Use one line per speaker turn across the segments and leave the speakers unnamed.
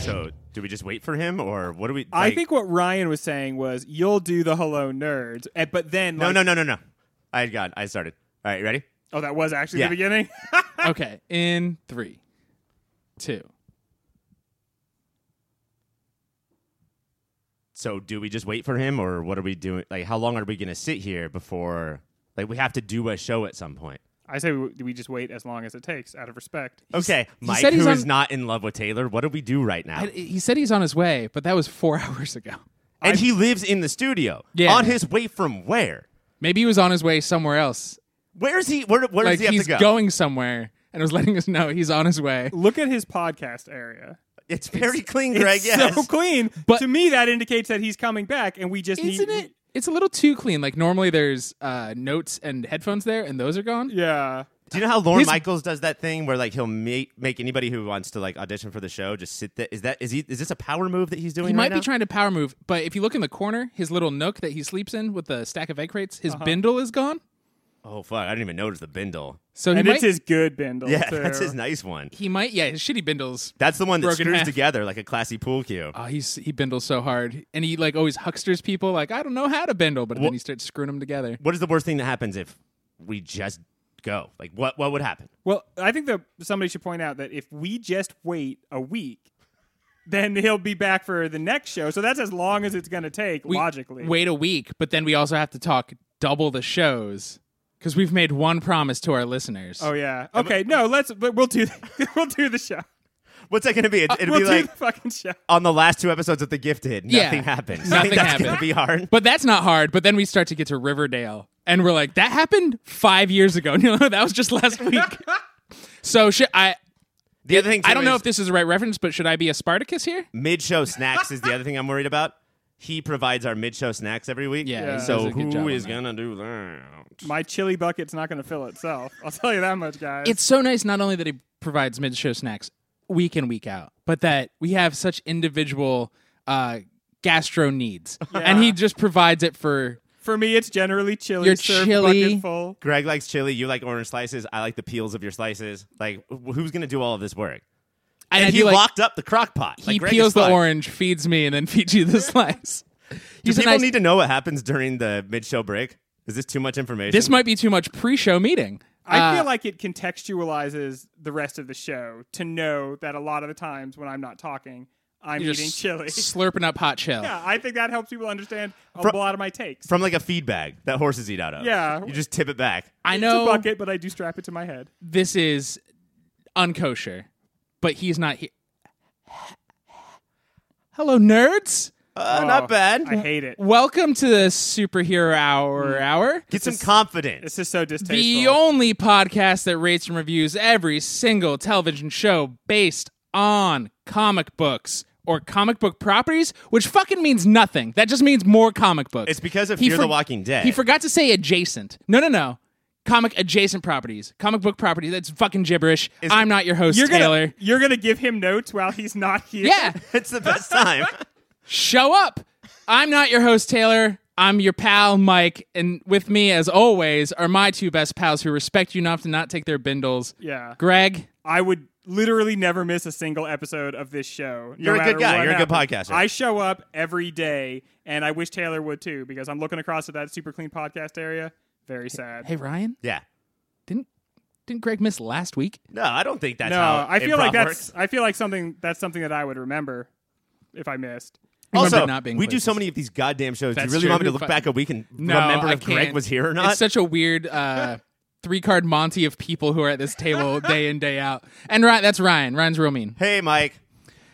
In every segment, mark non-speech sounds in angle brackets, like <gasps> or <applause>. So, do we just wait for him, or what do we?
I
like-
think what Ryan was saying was you'll do the hello nerds, eh, but then
No,
like-
no, no, no, no. I got. I started. All right, ready?
Oh, that was actually
Yeah. <laughs>
the beginning.
okay, in three, two.
So, do we just wait for him, or what are we doing? Like, how long are we gonna sit here before? Like, we have to do a show at some point.
I say we, we just wait as long as it takes, out of respect.
Okay, Mike,
said he's
who
on-
is not in love with Taylor, what do we do right now?
I, he said he's on his way, but that was four <laughs> hours ago.
and he lives in the studio.
Yeah.
On his way from where?
Maybe he was on his way somewhere else.
Where's he? Where, where
like
does he have
he's
to go?
going somewhere and was letting us know he's on his way.
Look at his podcast area.
It's very clean, Greg.
it's
yes.
so <laughs> clean.
But-
to me, that indicates that he's coming back, and we just
Isn't
need.
it? It's a little too clean. Like normally there's uh, notes and headphones there, and those are gone.
Yeah.
Do you know how Lauren
His-
Michaels does that thing where like he'll make make anybody who wants to like audition for the show just sit there? Is that is he is this a power move that he's doing?
He might
right
be
now?
trying to power move, but if you look in the corner, his little nook that he sleeps in with the stack of egg crates, his bindle is gone.
Oh fuck! I didn't even notice the bindle.
So he
and
might,
it's his good bindle.
Yeah, <laughs>
too. <laughs>
that's his nice one.
he might, yeah, his shitty bindles.
That's the one that
Broken
screws
half.
together like a classy pool cue.
Oh, he's he bindles so hard, and he like always hucksters people. Like I don't know how to bindle, but
Well-
then he starts screwing them together.
What is the worst thing that happens if we just go? Like what what would happen?
Well, I think that somebody should point out that if we just wait a week, then he'll be back for the next show. So that's as long as it's going to take,
We
logically.
wait a week, but then we also have to talk double the shows because we've made one promise to our listeners.
Oh yeah. Okay. No. Let's. But we'll do. <laughs> we'll do the show.
What's that going to be?
Uh,
It, it'd
we'll
be
do
like
the fucking show.
on the last two episodes of The Gifted,
Yeah.
nothing happened. I
Nothing
think that's
happened.
going to be hard.
But that's not hard. But then we start to get to Riverdale, and we're like, that happened five years ago. <laughs> No, that was just
<laughs>
last week. so should I?
The other thing too
I don't know
is
if this is the right reference, but should I be a Spartacus here?
Mm.
<laughs>
mid-show snacks is the other thing I'm worried about. He provides our mid-show snacks every week.
Yeah,
he
So
does a good job
who
on
is
that.
going to do that?
My chili bucket's not going to fill itself. <laughs> I'll tell you that much, guys.
It's so nice not only that he provides mid-show snacks week in week out, but that we have such individual uh,
<laughs>
gastro needs, and he just provides it for.
for me. It's generally chili.
Your
served
chili-
bucket full.
Greg likes chili. You like orange slices. I like the peels of your slices. Like, wh- who's going to do all of this work?
And,
And,
I
he
do like-
locked up the crock pot.
he peels the orange, feeds me, and then <laughs> feeds
<laughs>
you the slice.
Do
He's a
people
nice-
need to know what happens during the mid-show break? Is this too much information?
this might be too much pre-show meeting.
I
Uh,
feel like it contextualizes the rest of the show to know that a lot of the times when I'm not talking, I'm
you're
eating
s-
<laughs> chili.
slurping up hot chill.
yeah, I think that helps people understand a
Fro-
lot of my takes.
From like a feed bag that horses eat out of.
Yeah.
You just tip it back.
I
it's a
know
bucket, but I do strap it to my head.
this is unkosher, but he's not here. Hello, nerds.
Uh,
Oh,
not bad.
<laughs>
I hate it.
Welcome to the superhero hour.
Mm.
Hour.
Get some confidence.
This is so distasteful.
The only podcast that rates and reviews every single television show based on comic books or comic book properties, which fucking means nothing. That just means more comic books.
It's because of
He
Fear the
for-
Walking Dead.
He forgot to say adjacent. No, no, no. Comic adjacent properties, comic book properties. That's fucking gibberish. I'm not your host,
you're gonna
Taylor.
you're gonna give him notes while he's not here.
Yeah,
it's <laughs> the best time.
show up. I'm not your host, Taylor. I'm your pal, Mike, and with me, as always, are my two best pals who respect you enough to not take their bindles.
yeah.
Greg,
I would literally never miss a single episode of this show. no
You're a good
matter
guy.
what
You're a good
happens.
podcaster.
I show up every day, and I wish Taylor would too because I'm looking across at that super clean podcast area. Very sad.
hey Ryan,
yeah.
didn't didn't Greg miss last week?
No, I don't think that's
no,
how
I feel like
improv
that's
works.
I feel like something that's something that I would remember if I missed.
Remember
Also,
not being
we do
places.
so many of these goddamn shows. do
That's
you really
true.
want me to
Who
look
fuck-
back a week and
No,
remember
I
if Greg
can't.
was here or not?
It's such a weird uh, three card Monty of people who are at this table day in day out. And Ryan, that's Ryan. Ryan's real mean.
hey, Mike.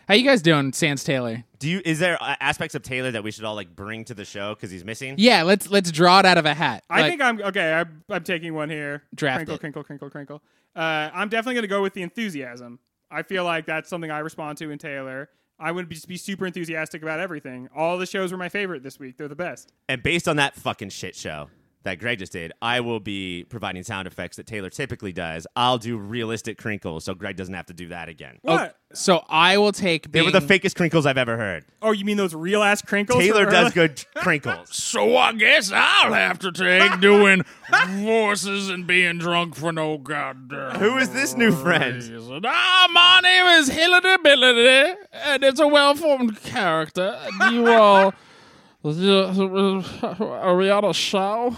How you guys doing, Sans Taylor?
Do you is there uh, aspects of Taylor that we should all like bring to the show because he's missing?
Yeah, let's let's draw it out of a hat.
I
Like,
think I'm okay. I'm, I'm taking one here.
Draft
crinkle,
it.
crinkle, crinkle, crinkle. Uh, I'm definitely going to go with the enthusiasm. I feel like that's something I respond to in Taylor. I would be, just be super enthusiastic about everything. All the shows were my favorite this week. They're the best.
And based on that fucking shit show that Greg just did, I will be providing sound effects that Taylor typically does. I'll do realistic crinkles so Greg doesn't have to do that again.
Oh,
What?
so I will take.
They
Being,
were the fakest crinkles I've ever heard.
Oh, you mean those real ass crinkles?
Taylor
from
does
early-
good <laughs> crinkles.
So I guess I'll have to
<laughs>
take doing voices and being drunk for no goddamn.
Oh,
Who is this new friend?
reason.
Ah, my name is Hillary Billity, and it's a well-formed character. And you all, <laughs> are we on a show?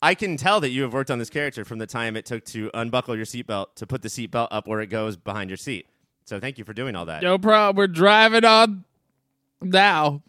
I can tell that you have worked on this character from the time it took to unbuckle your seatbelt to put the seatbelt up where it goes behind your seat. So thank you for doing all that.
No problem. We're driving on now.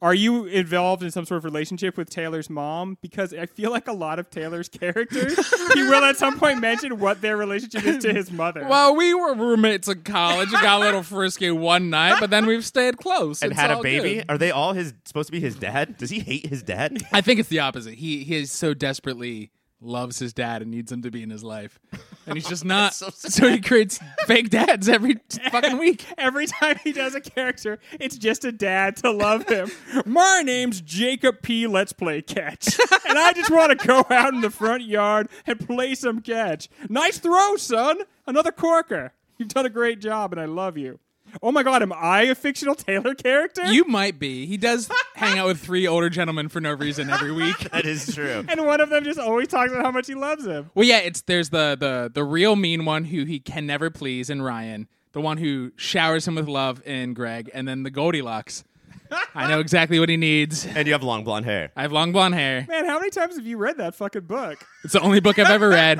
Are you involved in some sort of relationship with Taylor's mom? Because I feel like a lot of Taylor's <laughs> characters, he will at some point mention what their relationship is to his mother.
Well, we were roommates in college. and got a little frisky one night, but then we've stayed close
and
It's
had a
all
baby.
good.
Are they all his supposed to be his dad? Does he hate his
<laughs>
dad?
I think it's the opposite. He he is so desperately loves his dad and needs him to be in his life, and he's
<laughs>
just not.
so
so,
sad.
he creates fake
<laughs>
dads every fucking week.
Every time he does a character, it's just a dad to love him. My name's Jacob P. Let's play catch. And I just want to go out in the front yard and play some catch. Nice throw, son. Another corker. You've done a great job, and I love you. Oh my god, am I a fictional Taylor character?
You might be. He does hang out with three older gentlemen for no reason every week.
that is true.
and one of them just always talks about how much he loves him.
Well, yeah, it's there's the the the real mean one who he can never please in Ryan, the one who showers him with love in Greg, and then the Goldilocks. I know exactly what he needs.
And you have long blonde hair.
I have long blonde hair.
Man, how many times have you read that fucking book?
It's the only book I've ever read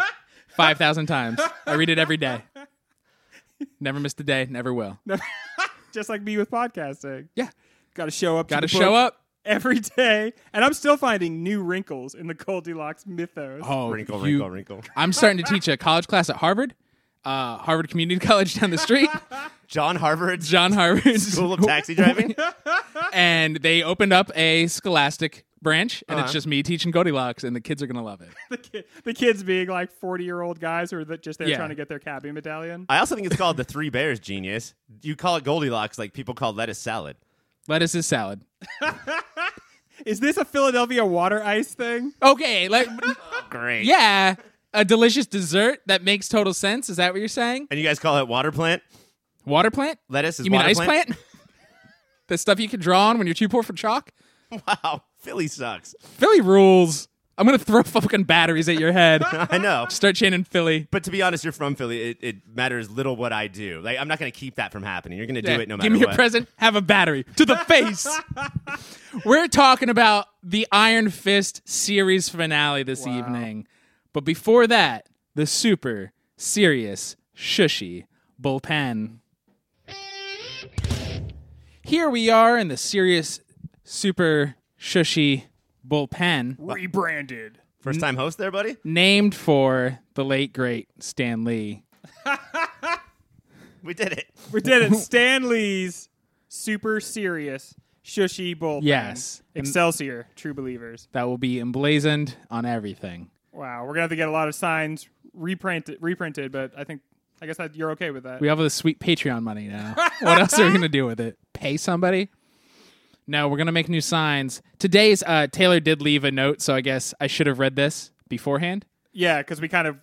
5,000 times. I read it every day. Never missed a day, never will.
Just like me with podcasting.
Yeah.
Got to show up.
Got
to
to
the
show
book
up.
every day, and I'm still finding new wrinkles in the Goldilocks mythos.
Oh,
Wrinkle,
you-
wrinkle, wrinkle.
I'm starting to teach a college class at Harvard, uh, Harvard Community <laughs> College down the street,
John Harvard's
John
<laughs>
Harvard.
School of Taxi Driving.
and they opened up a scholastic branch, and
Uh-huh.
it's just me teaching Goldilocks, and the kids are going to love it.
The, ki- the kids being like 40 year old guys who are the- just there
Yeah.
trying to get their cabbie medallion.
I also think it's called the Three Bears Genius. You call it Goldilocks like people call lettuce salad.
Lettuce is salad.
Is this a Philadelphia water ice thing?
Okay, like,
Great.
<laughs> yeah, a delicious dessert that makes total sense. Is that what you're saying?
And you guys call it water plant?
Water plant?
Lettuce is
You mean
water
ice plant? <laughs> the stuff you can draw on when you're too poor for chalk?
<laughs> Wow, Philly sucks.
Philly rules. I'm gonna throw <laughs> fucking batteries at
<laughs>
your head.
I
<laughs>
know.
Start chanting Philly.
But to be honest, you're from Philly. It, it matters little what I do. Like I'm not going to keep that from happening. You're going to do
Yeah,
it no matter
Give me
what.
a present. Have a battery
<laughs>
to the face. We're talking about the Iron Fist series finale this evening, but before that, the super serious shushy bullpen. Here we are in the serious, super shushy bullpen.
Rebranded.
First time host there, buddy.
named for the late great Stan Lee.
We did it.
We did
<laughs>
it. Stan Lee's super serious shushy bull.
Yes. And-
Excelsior, true believers.
That will be emblazoned on everything.
Wow, we're going to have to get a lot of signs reprinted, reprinted but I think, I guess that you're okay with that.
We have all this sweet Patreon money now. what else are we gonna do with it? Pay somebody? No, we're gonna make new signs. Today's uh, Taylor did leave a note, so I guess I should have read this beforehand.
Yeah, because we kind of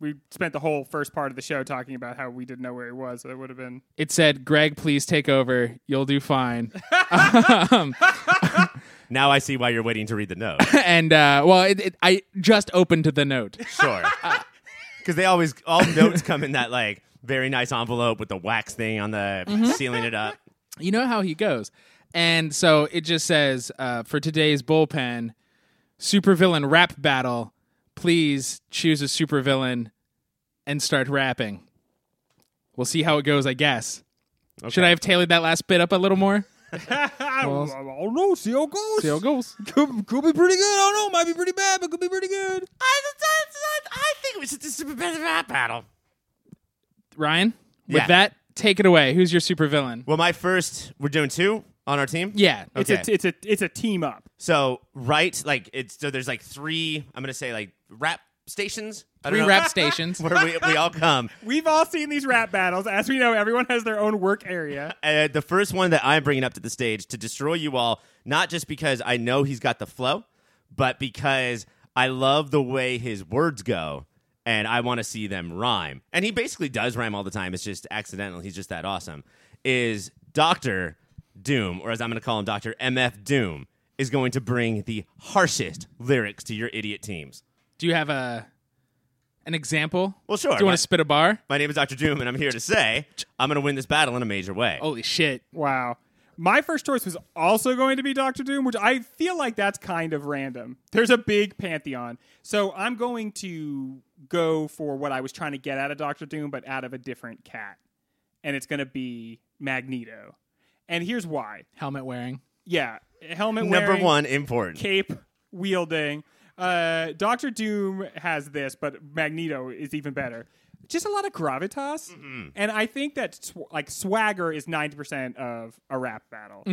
we spent the whole first part of the show talking about how we didn't know where he was. So that would have been
It said, "Greg, please take over. You'll do fine." <laughs>
Now I see why you're waiting to read the
<laughs>
note.
and uh, well, it, it, I just opened to the note.
Sure.
Uh,
Because they always all
<laughs>
notes come in that like very nice envelope with the wax thing on the
Mm-hmm.
sealing it up.
you know how he goes. And so it just says uh, for today's bullpen, supervillain rap battle. Please choose a supervillain and start rapping. We'll see how it goes, I guess. Should I have tailored that last bit up a little more?
<laughs> I don't, I don't know. See how it goes.
See how it goes.
<laughs> Could, could be pretty good. I don't know. Might be pretty bad, but could be pretty good.
I, think it was just a super rap battle.
Ryan, with
Yeah.
that, take it away. Who's your supervillain?
Well, my first. We're doing two on our team.
Yeah.
Okay.
It's a it's a it's a team up.
So right, like it's so there's like three. I'm gonna say like rap stations. I don't
Three
know. <laughs>
<laughs>
rap stations.
where we, we all come.
We've all seen these rap battles. As we know, everyone has their own work area.
Uh, the first one that I'm bringing up to the stage to destroy you all, not just because I know he's got the flow, but because I love the way his words go and I want to see them rhyme. And he basically does rhyme all the time. It's just accidental. He's just that awesome. Is Dr. Doom, or as I'm going to call him, Dr. MF Doom, is going to bring the harshest lyrics to your idiot teams.
Do you have a an an example?
Well, sure.
Do you want
My-
to spit a bar?
My name is Dr. Doom, and I'm here to say I'm going to win this battle in a major way.
Holy shit.
Wow. My first choice was also going to be Doctor Doom, which I feel like that's kind of random. There's a big pantheon. So I'm going to go for what I was trying to get out of Doctor Doom, but out of a different cat. And it's going to be Magneto. And here's why.
Helmet wearing.
Yeah. Helmet
Number
wearing,
one, important.
cape wielding. Uh, Doctor Doom has this, but Magneto is even better. Just a lot of gravitas, and I think that sw- like swagger is ninety percent of a rap battle,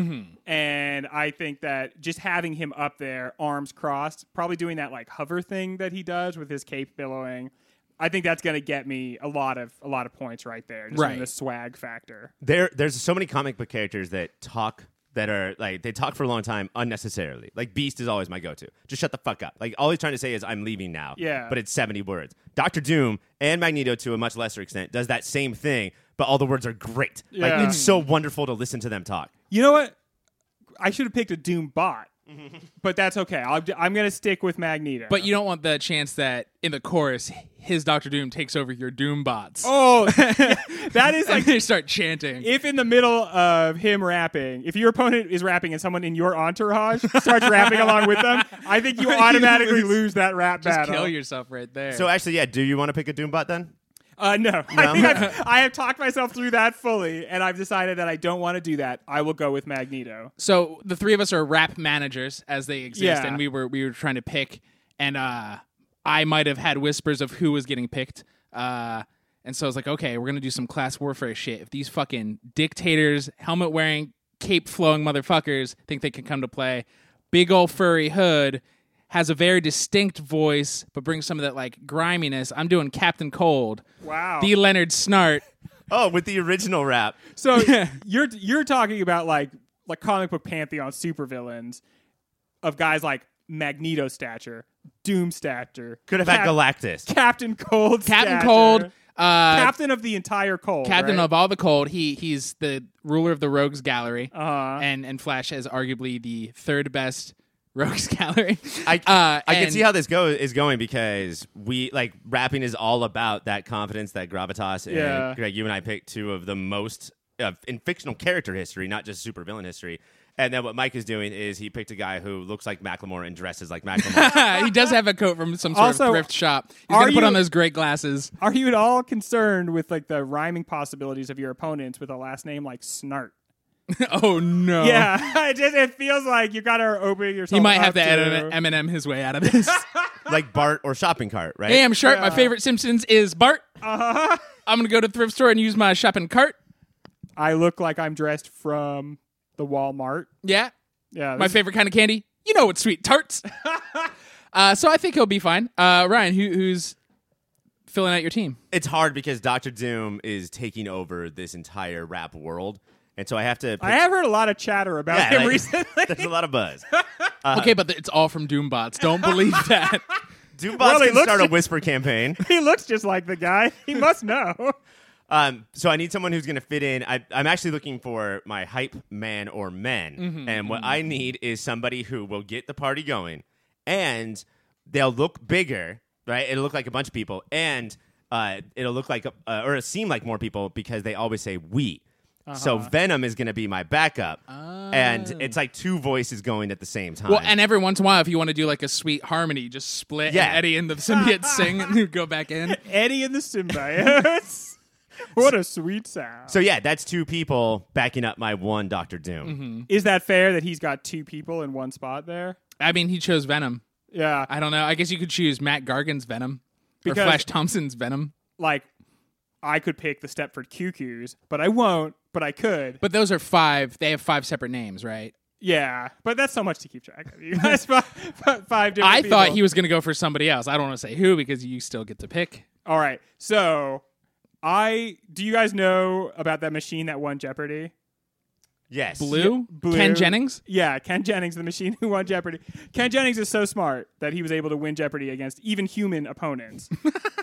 and I think that just having him up there, arms crossed, probably doing that like hover thing that he does with his cape billowing, I think that's going to get me a lot of a lot of points right there, just on
Right.
the swag factor.
there there's so many comic book characters that talk that are like they talk for a long time unnecessarily. Like Beast is always my go-to. Just shut the fuck up. Like all he's trying to say is I'm leaving now.
Yeah.
But it's 70 words. Doctor Doom and Magneto to a much lesser extent does that same thing, but all the words are great.
Yeah.
Like it's so wonderful to listen to them talk.
You know what? I should have picked a Doom bot, but that's okay. I'll, I'm going to stick with Magneto.
But you don't want the chance that in the chorus, his Doctor Doom takes over your Doom bots.
Oh, <laughs>
<laughs>
that is
and
like
they start chanting.
if in the middle of him rapping, if your opponent is rapping and someone in your entourage starts rapping along with them, I think
<laughs>
you automatically
lose.
lose. that rap
Just
battle.
kill yourself right there.
So actually, yeah, do you want to pick a Doombot then?
Uh,
<laughs>
no, I, think I've, I have talked myself through that fully, and I've decided that I don't want to do that. I will go with Magneto.
so the three of us are rap managers as they exist
Yeah.
and we were we were trying to pick and uh i might have had whispers of who was getting picked uh and so i was like okay we're gonna do some class warfare shit if these fucking dictators helmet wearing cape flowing motherfuckers think they can come to play big old furry hood has a very distinct voice but brings some of that like griminess i'm doing captain cold
Wow.
the leonard snart
Oh, with the original rap.
So you're you're talking about like like comic book pantheon supervillains of guys like Magneto stature, Doom stature,
Could have had
Cap-
Galactus.
Captain Cold,
captain
stature,
cold <laughs> uh
Captain of the entire cold.
captain
right?
of all the cold. He he's the ruler of the Rogues Gallery,
Uh-huh.
and and Flash is arguably the third best <laughs> Rogues Gallery.
I,
<laughs> Uh,
I can
and-
see how this go is going because we like rapping is all about that confidence, that gravitas, and
Yeah.
Greg, you and I picked two of the most uh, in fictional character history, not just supervillain history. And then what Mike is doing is he picked a guy who looks like Macklemore and dresses like
<laughs>
Macklemore.
<laughs> he does have a coat from some sort
Also,
of thrift shop. He's
are
gonna put
you-
on those great glasses.
Are you at all concerned with like the rhyming possibilities of your opponents with a last name like Snart?
oh <laughs> no!
Yeah, <laughs> it just it feels like you gotta open yourself.
He might
up
have to edit Eminem his way out of this.
like Bart or shopping cart, right?
hey, I'm Sharp. My favorite Simpsons is Bart. Uh-huh. I'm gonna go to the thrift store and use my shopping cart.
I look like I'm dressed from the Walmart.
Yeah,
Yeah,
my
this-
favorite kind of candy. You know what, sweet tarts. uh, so I think he'll be fine. Uh, Ryan, who, who's filling out your team?
It's hard because Doctor Doom is taking over this entire rap world, and so I have to. Pick,
I have heard a lot of chatter about
Yeah,
him
like-
recently.
<laughs> There's a lot of
<laughs>
buzz.
okay, but th- it's all from Doombots. Don't believe that.
Doombots
Well, he
can
looks
start a
just-
whisper campaign.
he looks just like the guy. He must know.
Um, so I need someone who's going to fit in. I, I'm actually looking for my hype man or men,
Mm-hmm,
and what I need is somebody who will get the party going, and they'll look bigger, right? It'll look like a bunch of people, and uh, it'll look like uh, or it'll seem like more people because they always say we. So
Uh-huh.
Venom is going to be my backup, and it's like two voices going at the same time.
Ah. well, and every once in a while, if you want to do like a sweet harmony, just split
Yeah.
and Eddie and
<laughs>
the symbiote sing and you go back in.
Eddie and the symbiotes. <laughs> what a sweet sound.
so yeah, that's two people backing up my one Doctor Doom.
Mm-hmm.
Is that fair that he's got two people in one spot there?
I mean, he chose Venom.
Yeah,
I don't know. I guess you could choose Matt Gargan's Venom or
Because-
Flash Thompson's Venom.
like I could pick the Stepford Cuckoos, but I won't. But I could.
But those are five. They have five separate names, right?
Yeah, but that's so much to keep track of. You <laughs> guys, five, five different.
I thought
people.
he was going to go for somebody else. I don't want to say who because you still get to pick.
All right, so I do. You guys know about that machine that won Jeopardy?
Yes,
Blue?
Blue.
Ken Jennings?
Yeah, Ken Jennings, the machine who won Jeopardy. Ken Jennings is so smart that he was able to win Jeopardy against even human
<laughs>
opponents.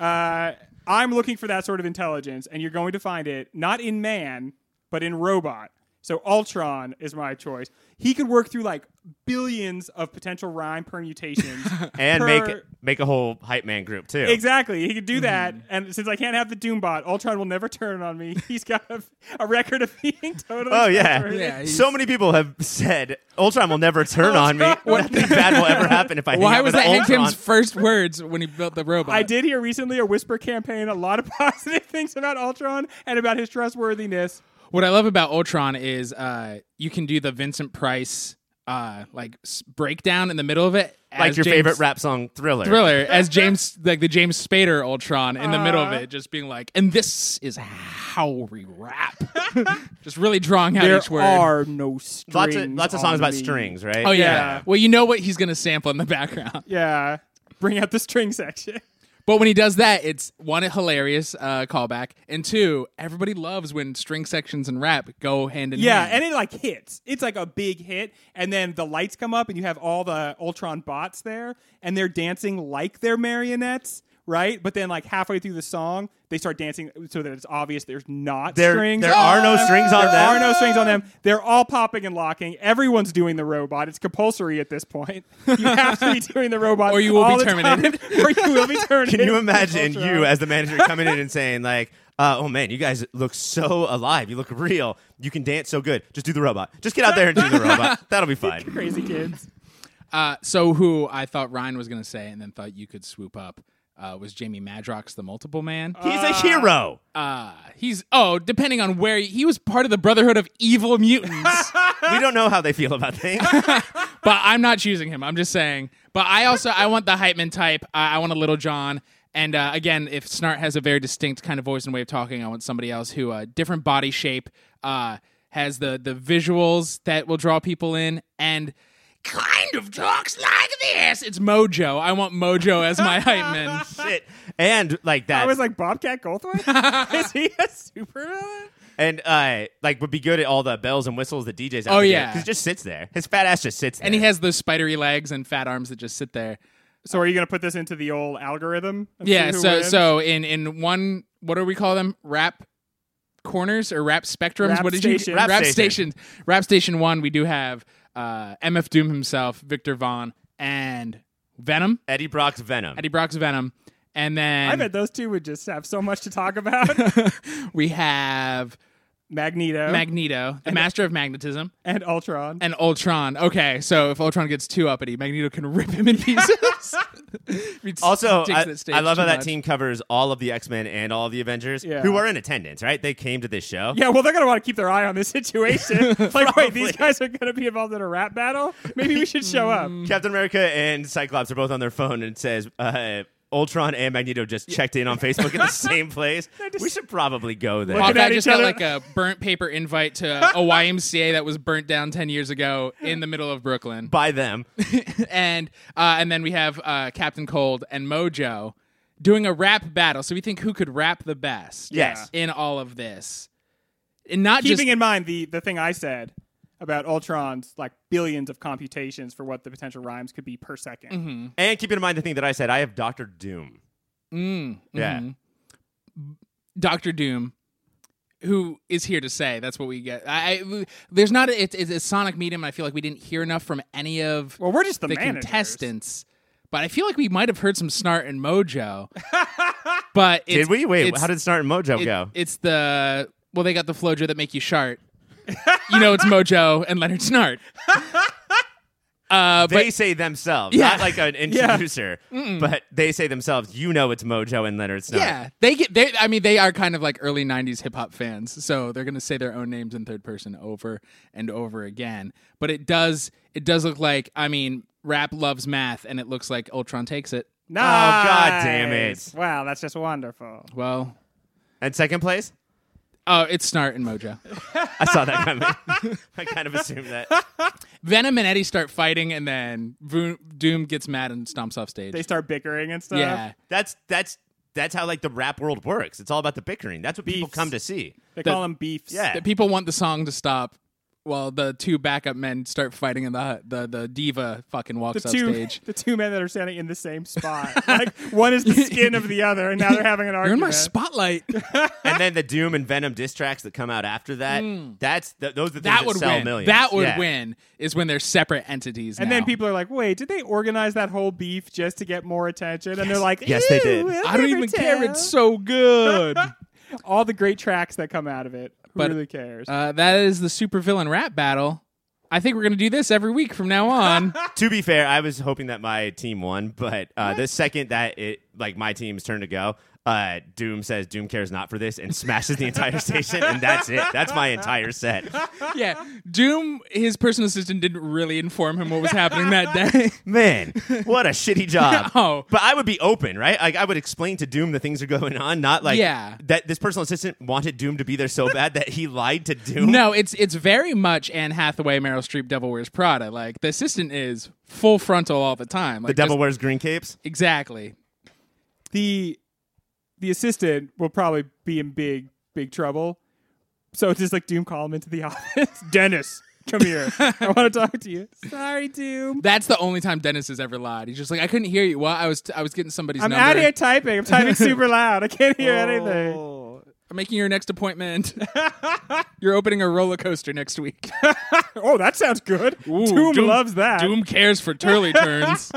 uh, I'm looking for that sort of intelligence, and you're going to find it not in man, but in robot. So Ultron is my choice. He could work through like billions of potential
<laughs>
rhyme permutations
and
per-
make make a whole hype man group too.
Exactly, he could
Mm-hmm.
do that. And since I can't have the Doombot, Ultron will never turn on me. <laughs> He's got a, a record of being totally.
Oh yeah.
trustworthy.
Yeah, he's-
so many people have said Ultron will never turn on me.
Ultron-
Nothing bad will ever happen if I hang
Why
out
was
with
that Hank
Ultron.
Pym's first words when he built the robot?
I did hear recently a whisper campaign, a lot of <laughs> positive things about Ultron and about his trustworthiness.
What I love about Ultron is uh, you can do the Vincent Price uh, like s- breakdown in the middle of it,
like
as
your
James-
favorite rap song Thriller.
thriller, as James like the James Spader Ultron in the middle of it, just being like, and this is how
<laughs>
we rap, just really drawing out
There
each word.
are no strings.
Lots of lots of songs
on
about
me.
strings, right?
oh yeah.
yeah.
well you know what he's gonna sample in the <laughs> background,
Yeah, bring out the string section.
but when he does that, it's one a hilarious uh, callback, and two everybody loves when string sections and rap go hand in
Yeah,
hand.
and it like hits. It's like a big hit, and then the lights come up, and you have all the Ultron bots there, and they're dancing like they're marionettes, right? But then like halfway through the song, they start dancing so that it's obvious there's not
There-
strings.
there are no
There
strings on
There
them.
are no strings on them. They're all popping and locking. Everyone's doing the robot. It's compulsory at this point. You have
<laughs>
to be doing the robot,
Or you will be
all the time,
terminated.
or you will be
<laughs>
terminated.
Can you imagine
Ultron.
you as the manager coming in and saying like, uh, "Oh man, you guys look so alive. You look real. You can dance so good. Just do the robot. Just get out there and do the robot. That'll be
<laughs>
fine."
crazy kids?
Uh, so who I thought Ryan was going to say and then thought you could swoop up uh, was Jamie Madrox, the multiple man.
He's a hero.
Uh, he's oh, depending on where he, he was part of the Brotherhood of Evil Mutants,
we don't know how they feel about things.
but I'm not choosing him. I'm just saying. But I also I want the hype man type. I, I want a Little John. And uh, again, if Snart has a very distinct kind of voice and way of talking, I want somebody else who uh, different body shape uh, has the the visuals that will draw people in and kind of talks like this. It's Mojo. I want Mojo
<laughs>
as my hype
<laughs>
man.
Shit. And like that.
I was like Bobcat
<laughs>
Goldthwait. is he a supervillain?
and uh, like would be good at all the bells and whistles that DJs.
Oh, yeah.
because he just sits there. His fat ass just sits there.
And he has those spidery legs and fat arms that just sit there.
So are you going to put this into the old algorithm? and
Yeah.
see who
So
wins?
so in in one what do we call them? Rap corners or rap spectrums?
Rap
what did
station.
you rap,
Rap
station.
station.
Rap station one. We do have uh, MF Doom himself, Victor Vaughn, and Venom,
Eddie Brock's Venom.
Eddie Brock's Venom, and then
I bet those two would just have so much to talk about.
<laughs> we have
Magneto
Magneto, the master of magnetism,
and Ultron.
and Ultron. Okay, so if Ultron gets too uppity, Magneto can <laughs> rip him
<laughs>
in pieces. <laughs> If he
also,
<laughs> takes
I,
that stage
I love
too
how that
much.
team covers all of the X Men and all of the Avengers
Yeah.
who were in attendance. Right? They came to this show.
yeah, well, they're going to want to keep their eye on this
<laughs>
situation. It's like, wait, these guys are going to be involved in a rap battle. Maybe we should show up.
Mm,
Captain America and Cyclops are both on their phone, and it says. Uh, Ultron and Magneto just checked in on Facebook
<laughs>
at the same place. we should probably go there.
Looking
Hawkeye
at
just
each
got
other.
like a burnt paper invite to a YMCA that was burnt down ten years ago in the middle of Brooklyn,
By them.
<laughs> and uh, and then we have uh, Captain Cold and Mojo doing a rap battle. So we think who could rap the best?
Yes.
in all of this, and not
Keeping
just
in mind the, the thing I said about Ultron's like billions of computations for what the potential rhymes could be per 2nd
Mm-hmm.
And keeping in mind the thing that I said, I have Doctor Doom.
Mm,
yeah.
mm-hmm. Doctor Doom. Who is here to say? That's what we get. I, I there's not a, it's, it's a sonic medium. and I feel like we didn't hear enough from any of
Well, we're just the,
the
managers.
contestants. But I feel like we might have heard some snart and
<laughs>
mojo. but
Did
it's,
we? Wait,
it's-
how did Snart and Mojo
it-
go?
It's the well, they got the flojo that make you shart. you know, it's Mojo and
<laughs>
Leonard Snart. Uh,
they
but
say themselves,
<laughs> Yeah.
not like an introducer, but they say themselves. You know, it's Mojo and Leonard Snow.
yeah, they get they. I mean, they are kind of like early '90s hip hop fans, so they're gonna say their own names in third person over and over again. But it does it does look like I mean, rap loves math, and it looks like Ultron takes it.
Nice.
God damn it.
Wow, that's just wonderful.
Well,
And second place,
oh, it's Snart and Mojo.
I saw
<laughs>
that coming. <laughs> I kind of assumed that.
Venom and Eddie start fighting, and then Vo- Doom gets mad and stomps off stage.
They start bickering and stuff.
yeah,
That's that's that's how like the rap world works. It's all about the bickering. That's what people
Beefs.
come to see.
They call them beefs.
Yeah.
that people want the song to stop while the two backup men start fighting in the hut. The the diva fucking walks
the
off
two
stage.
the two men that are standing in the same
<laughs>
spot. like one is the skin of the other, and now they're having an
You're in
argument.
my spotlight.
<laughs>
and then the Doom and Venom diss tracks that come out after that. That's th- those are the things
Mm. that
that,
would
sell
win.
millions.
That would
Yeah.
win is when they're separate entities.
and
now.
then people are like, "Wait, did they organize that whole beef just to get more attention?" And they're like,
Yes, they
"Ew,
did.
we'll
I don't
never
even care.
tell."
It's
<laughs>
so good.
all the great tracks that come out of it. Who
But,
really cares?
uh, that is the supervillain rap battle. I think we're gonna do this every week from now on.
<laughs>
To be fair, I was hoping that my team won, but uh, the second that it like my team's turn to go, uh, Doom says Doom cares not for this and smashes the entire station, and that's it. That's my entire set.
yeah, Doom, his personal assistant, didn't really inform him what was
<laughs>
happening that day.
Man, what a
<laughs>
shitty job.
No.
But I would be open, right? Like I would explain to Doom the things that are going on, not like
Yeah.
that this personal assistant wanted Doom to be there so bad that he lied to Doom.
No, it's it's very much Anne Hathaway, Meryl Streep, Devil Wears Prada. Like the assistant is full frontal all the time.
The
Like,
devil
just-
wears green capes.
exactly.
the the assistant will probably be in big big trouble. So just like Doom, call him into the <laughs> office. Dennis, come here. I want to talk to
<laughs>
you. Sorry, Doom.
That's the only time Dennis has ever lied. He's just like, I couldn't hear you. Well, I was I was getting somebody's
I'm
number. Oh.
out here typing. I'm typing super loud. I can't
<laughs>
hear anything.
I'm making your next appointment. <laughs> You're opening a roller coaster next week. <laughs>
Oh, that sounds good.
Ooh,
Doom, loves that.
Doom cares for turley turns.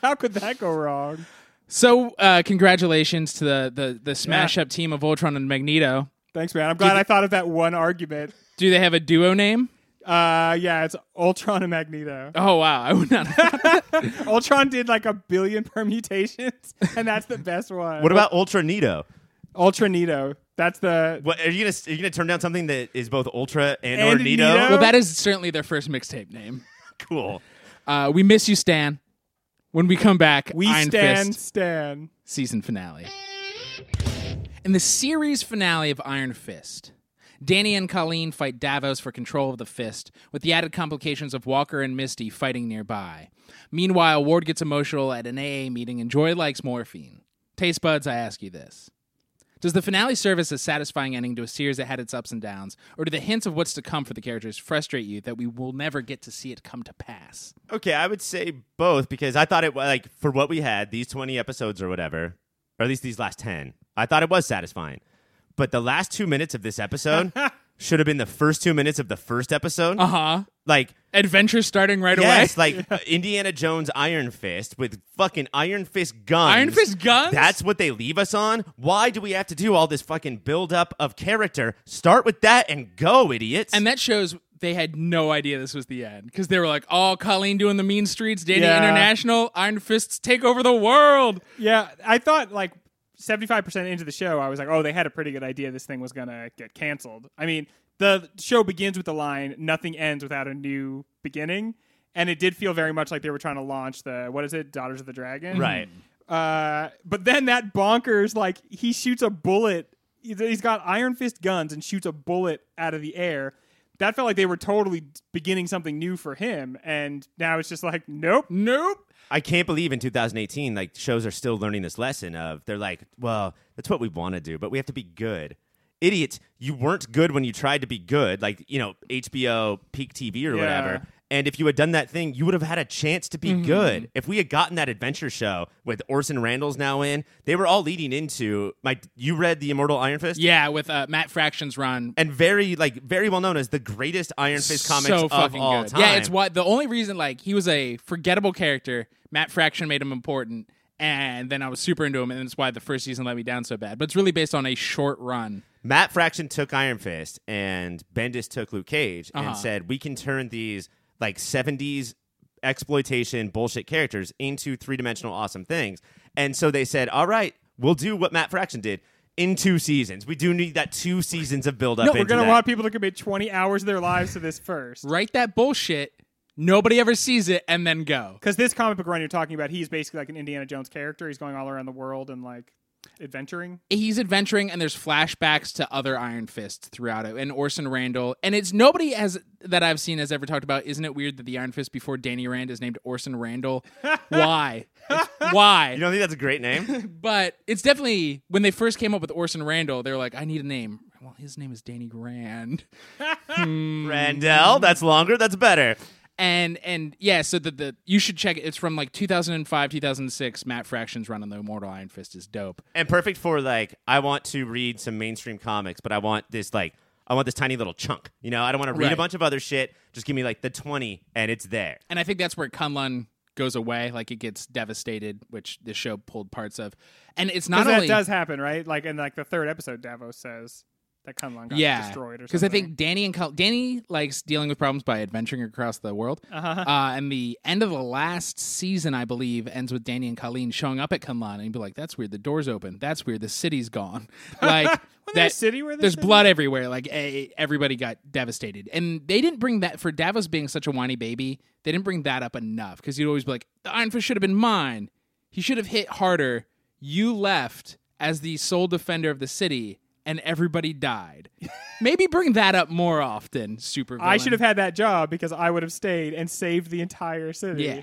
How could that go wrong?
so, uh, congratulations to the the, the smash up team of Voltron and Magneto.
Thanks, man. I'm glad I thought of that one argument.
Do they have a duo name?
Uh, yeah, it's Ultron and
<laughs>
Magneto.
Oh wow, I would not.
Ultron did like a billion <laughs> permutations, and that's the best one.
What
Oh.
about Ultra Nito?
Ultranito? That's the
What are you gonna are you gonna turn down something that is both ultra and,
And
or Nito?
Nito?
well, that is certainly their first mixtape name.
Cool.
Uh, we miss you, Stan. When we come back,
we
Iron
stand
Fist
Stan.
season finale. In the series finale of Iron Fist, Danny and Colleen fight Davos for control of the fist, with the added complications of Walker and Misty fighting nearby. Meanwhile, Ward gets emotional at an AA meeting and Joy likes morphine. Taste buds, I ask you this. Does the finale serve as a satisfying ending to a series that had its ups and downs, or do the hints of what's to come for the characters frustrate you that we will never get to see it come to pass?
Okay, I would say both because I thought it wa- like for what we had these twenty episodes or whatever, or at least these last ten. I thought it was satisfying, but the last two minutes of this
<laughs>
episode should have been the first two minutes of the first episode.
Uh huh.
Like
Adventure starting right
yes,
away. <laughs>
like Indiana Jones Iron Fist with fucking Iron Fist guns.
Iron Fist guns?
That's what they leave us on. Why do we have to do all this fucking build up of character? Start with that and go, idiots.
And that shows they had no idea this was the end because they were like, "Oh, Colleen doing the mean streets, Danny
Yeah.
International, Iron Fists take over the world."
Yeah, I thought like 75% into the show, I was like, oh, they had a pretty good idea this thing was going to get canceled. I mean, the show begins with the line, nothing ends without a new beginning. And it did feel very much like they were trying to launch the, what is it, Daughters of the Dragon?
right.
Uh, but then that bonkers, like, he shoots a bullet. He's- He's got Iron Fist guns and shoots a bullet out of the air. That felt like they were totally beginning something new for him. And now it's just like, nope.
Nope.
I can't believe in 2018, like shows are still learning this lesson of they're like, well, that's what we want to do, but we have to be good. Idiots, you weren't good when you tried to be good, like, you know, HBO, peak TV or
Yeah.
whatever. And if you had done that thing, you would have had a chance to
Mm-hmm.
be good. If we had gotten that adventure show with Orson Randall's now in, they were all leading into like you read The Immortal Iron Fist?
Yeah, with uh, Matt Fraction's run.
And very like very well known as the greatest Iron Fist comics
so
of
fucking
all
good.
time.
Yeah, it's why the only reason like he was a forgettable character. Matt Fraction made him important, and then I was super into him, and that's why the first season let me down so bad. But it's really based on a short run.
Matt Fraction took Iron Fist and Bendis took Luke Cage
Uh-huh.
and said we can turn these like 70s exploitation bullshit characters into three-dimensional awesome things. And so they said, "All right, we'll do what Matt Fraction did in two seasons. We do need that two seasons of build up
We're
into
going to
that."
want people to commit 20 hours of their lives to this first.
Write that bullshit. Nobody ever sees it, and then go.
Because this comic book run you're talking about, he's basically like an Indiana Jones character. He's going all around the world and like adventuring.
he's adventuring and there's flashbacks to other Iron Fists throughout it and Orson Randall and it's nobody has that I've seen has ever talked about isn't it weird that the Iron Fist before Danny Rand is named Orson Randall why It's- why <laughs>
You don't think that's a great name?
but it's definitely when they first came up with Orson Randall they were like I need a name Well, his name is Danny Grand.
Randell, that's longer. That's better.
<laughs> and and yeah, so the, the you should check it. It's from like 2005, 2006. Matt Fraction's run on the Immortal Iron Fist is dope.
and perfect for like I want to read some mainstream comics, but I want this like I want this tiny little chunk. You know, I don't want to read a
Right.
bunch of other shit. Just give me like the twenty, and it's there.
And I think that's where Kunlun goes away. Like it gets devastated, which the show pulled parts of. And it's not
Because
only
that does happen, right? Like in like the third episode, Davos says that Kunlun got
yeah,
destroyed or something.
because I think Danny and Kal- Danny likes dealing with problems by adventuring across the world. Uh-huh. and the end of the last season, I believe, ends with Danny and Colleen showing up at Kunlun and be like, "That's weird. The door's open. That's weird. The
<laughs>
city's gone." Like
there a city where this
<laughs> there's
is?
blood everywhere. Like eh, everybody got devastated, and they didn't bring that for Davos being such a whiny baby. They didn't bring that up enough because you'd always be like, "The Iron Fist should have been mine. He should have hit harder. You left as the sole defender of the city." And
<laughs>
everybody died. Maybe bring that up more often, super.
I should have had that job because I would have stayed and saved the entire city.
Yeah.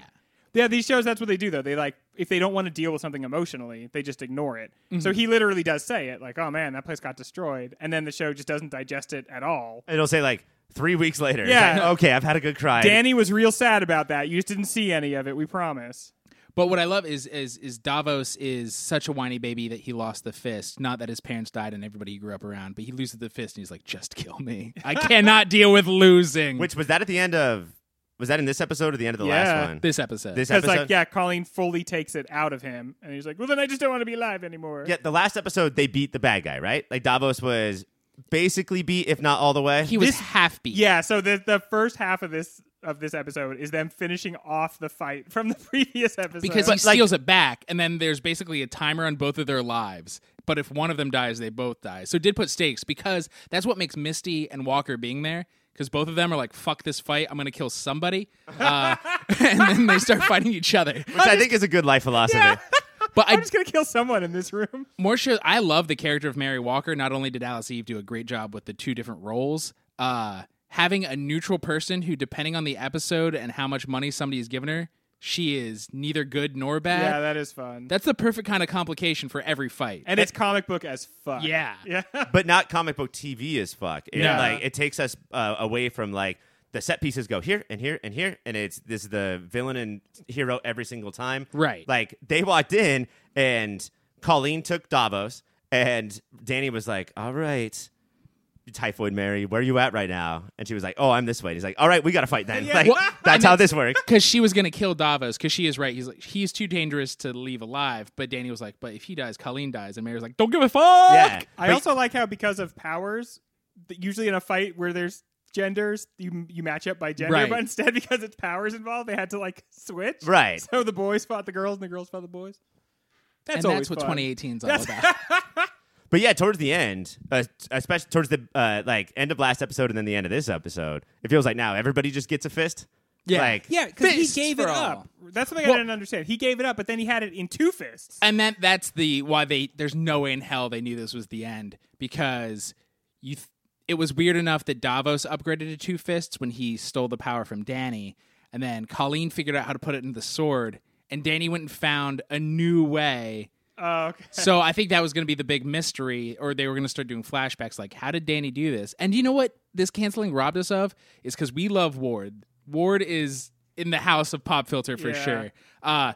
Yeah, these shows that's what they do though. They like if they don't want to deal with something emotionally, they just ignore it.
Mm-hmm.
So he literally does say it, like, Oh man, that place got destroyed and then the show just doesn't digest it at all.
It'll say like three weeks later. It's
Yeah.
like, okay, I've had a good cry.
Danny was real sad about that. You just didn't see any of it, we promise.
But what I love is is is Davos is such a whiny baby that he lost the fist. Not that his parents died and everybody he grew up around, but he loses the fist and he's like, "Just kill me.
<laughs>
I cannot deal with losing."
Which was that at the end of? Was that in this episode or the end of the
Yeah.
last one?
this episode,
This
Because
episode.
like, yeah, Colleen fully takes it out of him and he's like, Well then I just don't want to be alive anymore.
Yeah, the last episode they beat the bad guy, right? Like Davos was basically beat, if not all the way.
he was half beat.
Yeah, so the the first half of this of this episode is them finishing off the fight from the <laughs> previous episode.
because he
But, like-
steals it back, and then there's basically a timer on both of their lives. But if one of them dies, they both die. So it did put stakes because that's what makes Misty and Walker being there. Because both of them are like, "Fuck this fight! I'm gonna kill somebody," uh, <laughs> and then they start fighting each other.
which I think is a good life philosophy.
But I
I'm just gonna kill someone in this room.
more sure I love the character of Mary Walker. Not only did Alice Eve do a great job with the two different roles, uh, having a neutral person who, depending on the episode and how much money somebody has given her, she is neither good nor bad.
Yeah, that is fun.
That's the perfect kind of complication for every fight.
and it's comic book as fuck.
Yeah.
Yeah. <laughs>
but not comic book TV as fuck. It,
No.
like it takes us uh, away from like the set pieces go here and here and here, and it's this is the villain and hero every single time.
Right.
Like they walked in and Colleen took Davos, and Danny was like, "All right." Typhoid Mary, where are you at right now? And she was like, "Oh, I'm this way." And he's like, "All right, we gotta fight then." Like
Well,
that's how this
<laughs>
works.
because she was going to kill Davos because she is right. He's like, he's too dangerous to leave alive. But Danny was like, but if he dies, Colleen dies. And Mary's like, don't give a fuck.
Yeah,
I also like how because of powers, th- usually in a fight where there's genders, you you match up by gender,
Right.
but instead <laughs> because it's powers involved, they had to like switch.
Right.
So the boys fought the girls and the girls fought the boys. That's
And
always
that's what
fun.
2018 is all about.
But yeah, towards the end, uh, especially towards the uh, like end of last episode and then the end of this episode, it feels like now everybody just gets a fist.
Yeah.
like,
Yeah, because he
Fists
gave
for
it
all.
up. That's something I
Well-
didn't understand. He gave it up, but then he had it in two fists.
<laughs> and that that's the why they there's no way in hell they knew this was the end because you th- it was weird enough that Davos upgraded to two fists when he stole the power from Danny and then Colleen figured out how to put it into the sword and Danny went and found a new way
Oh, okay.
so I think that was going to be the big mystery, or they were going to start doing flashbacks. Like, how did Danny do this? And you know what? This canceling robbed us of is because we love Ward. Ward is in the house of pop filter for
Yeah.
sure. Uh,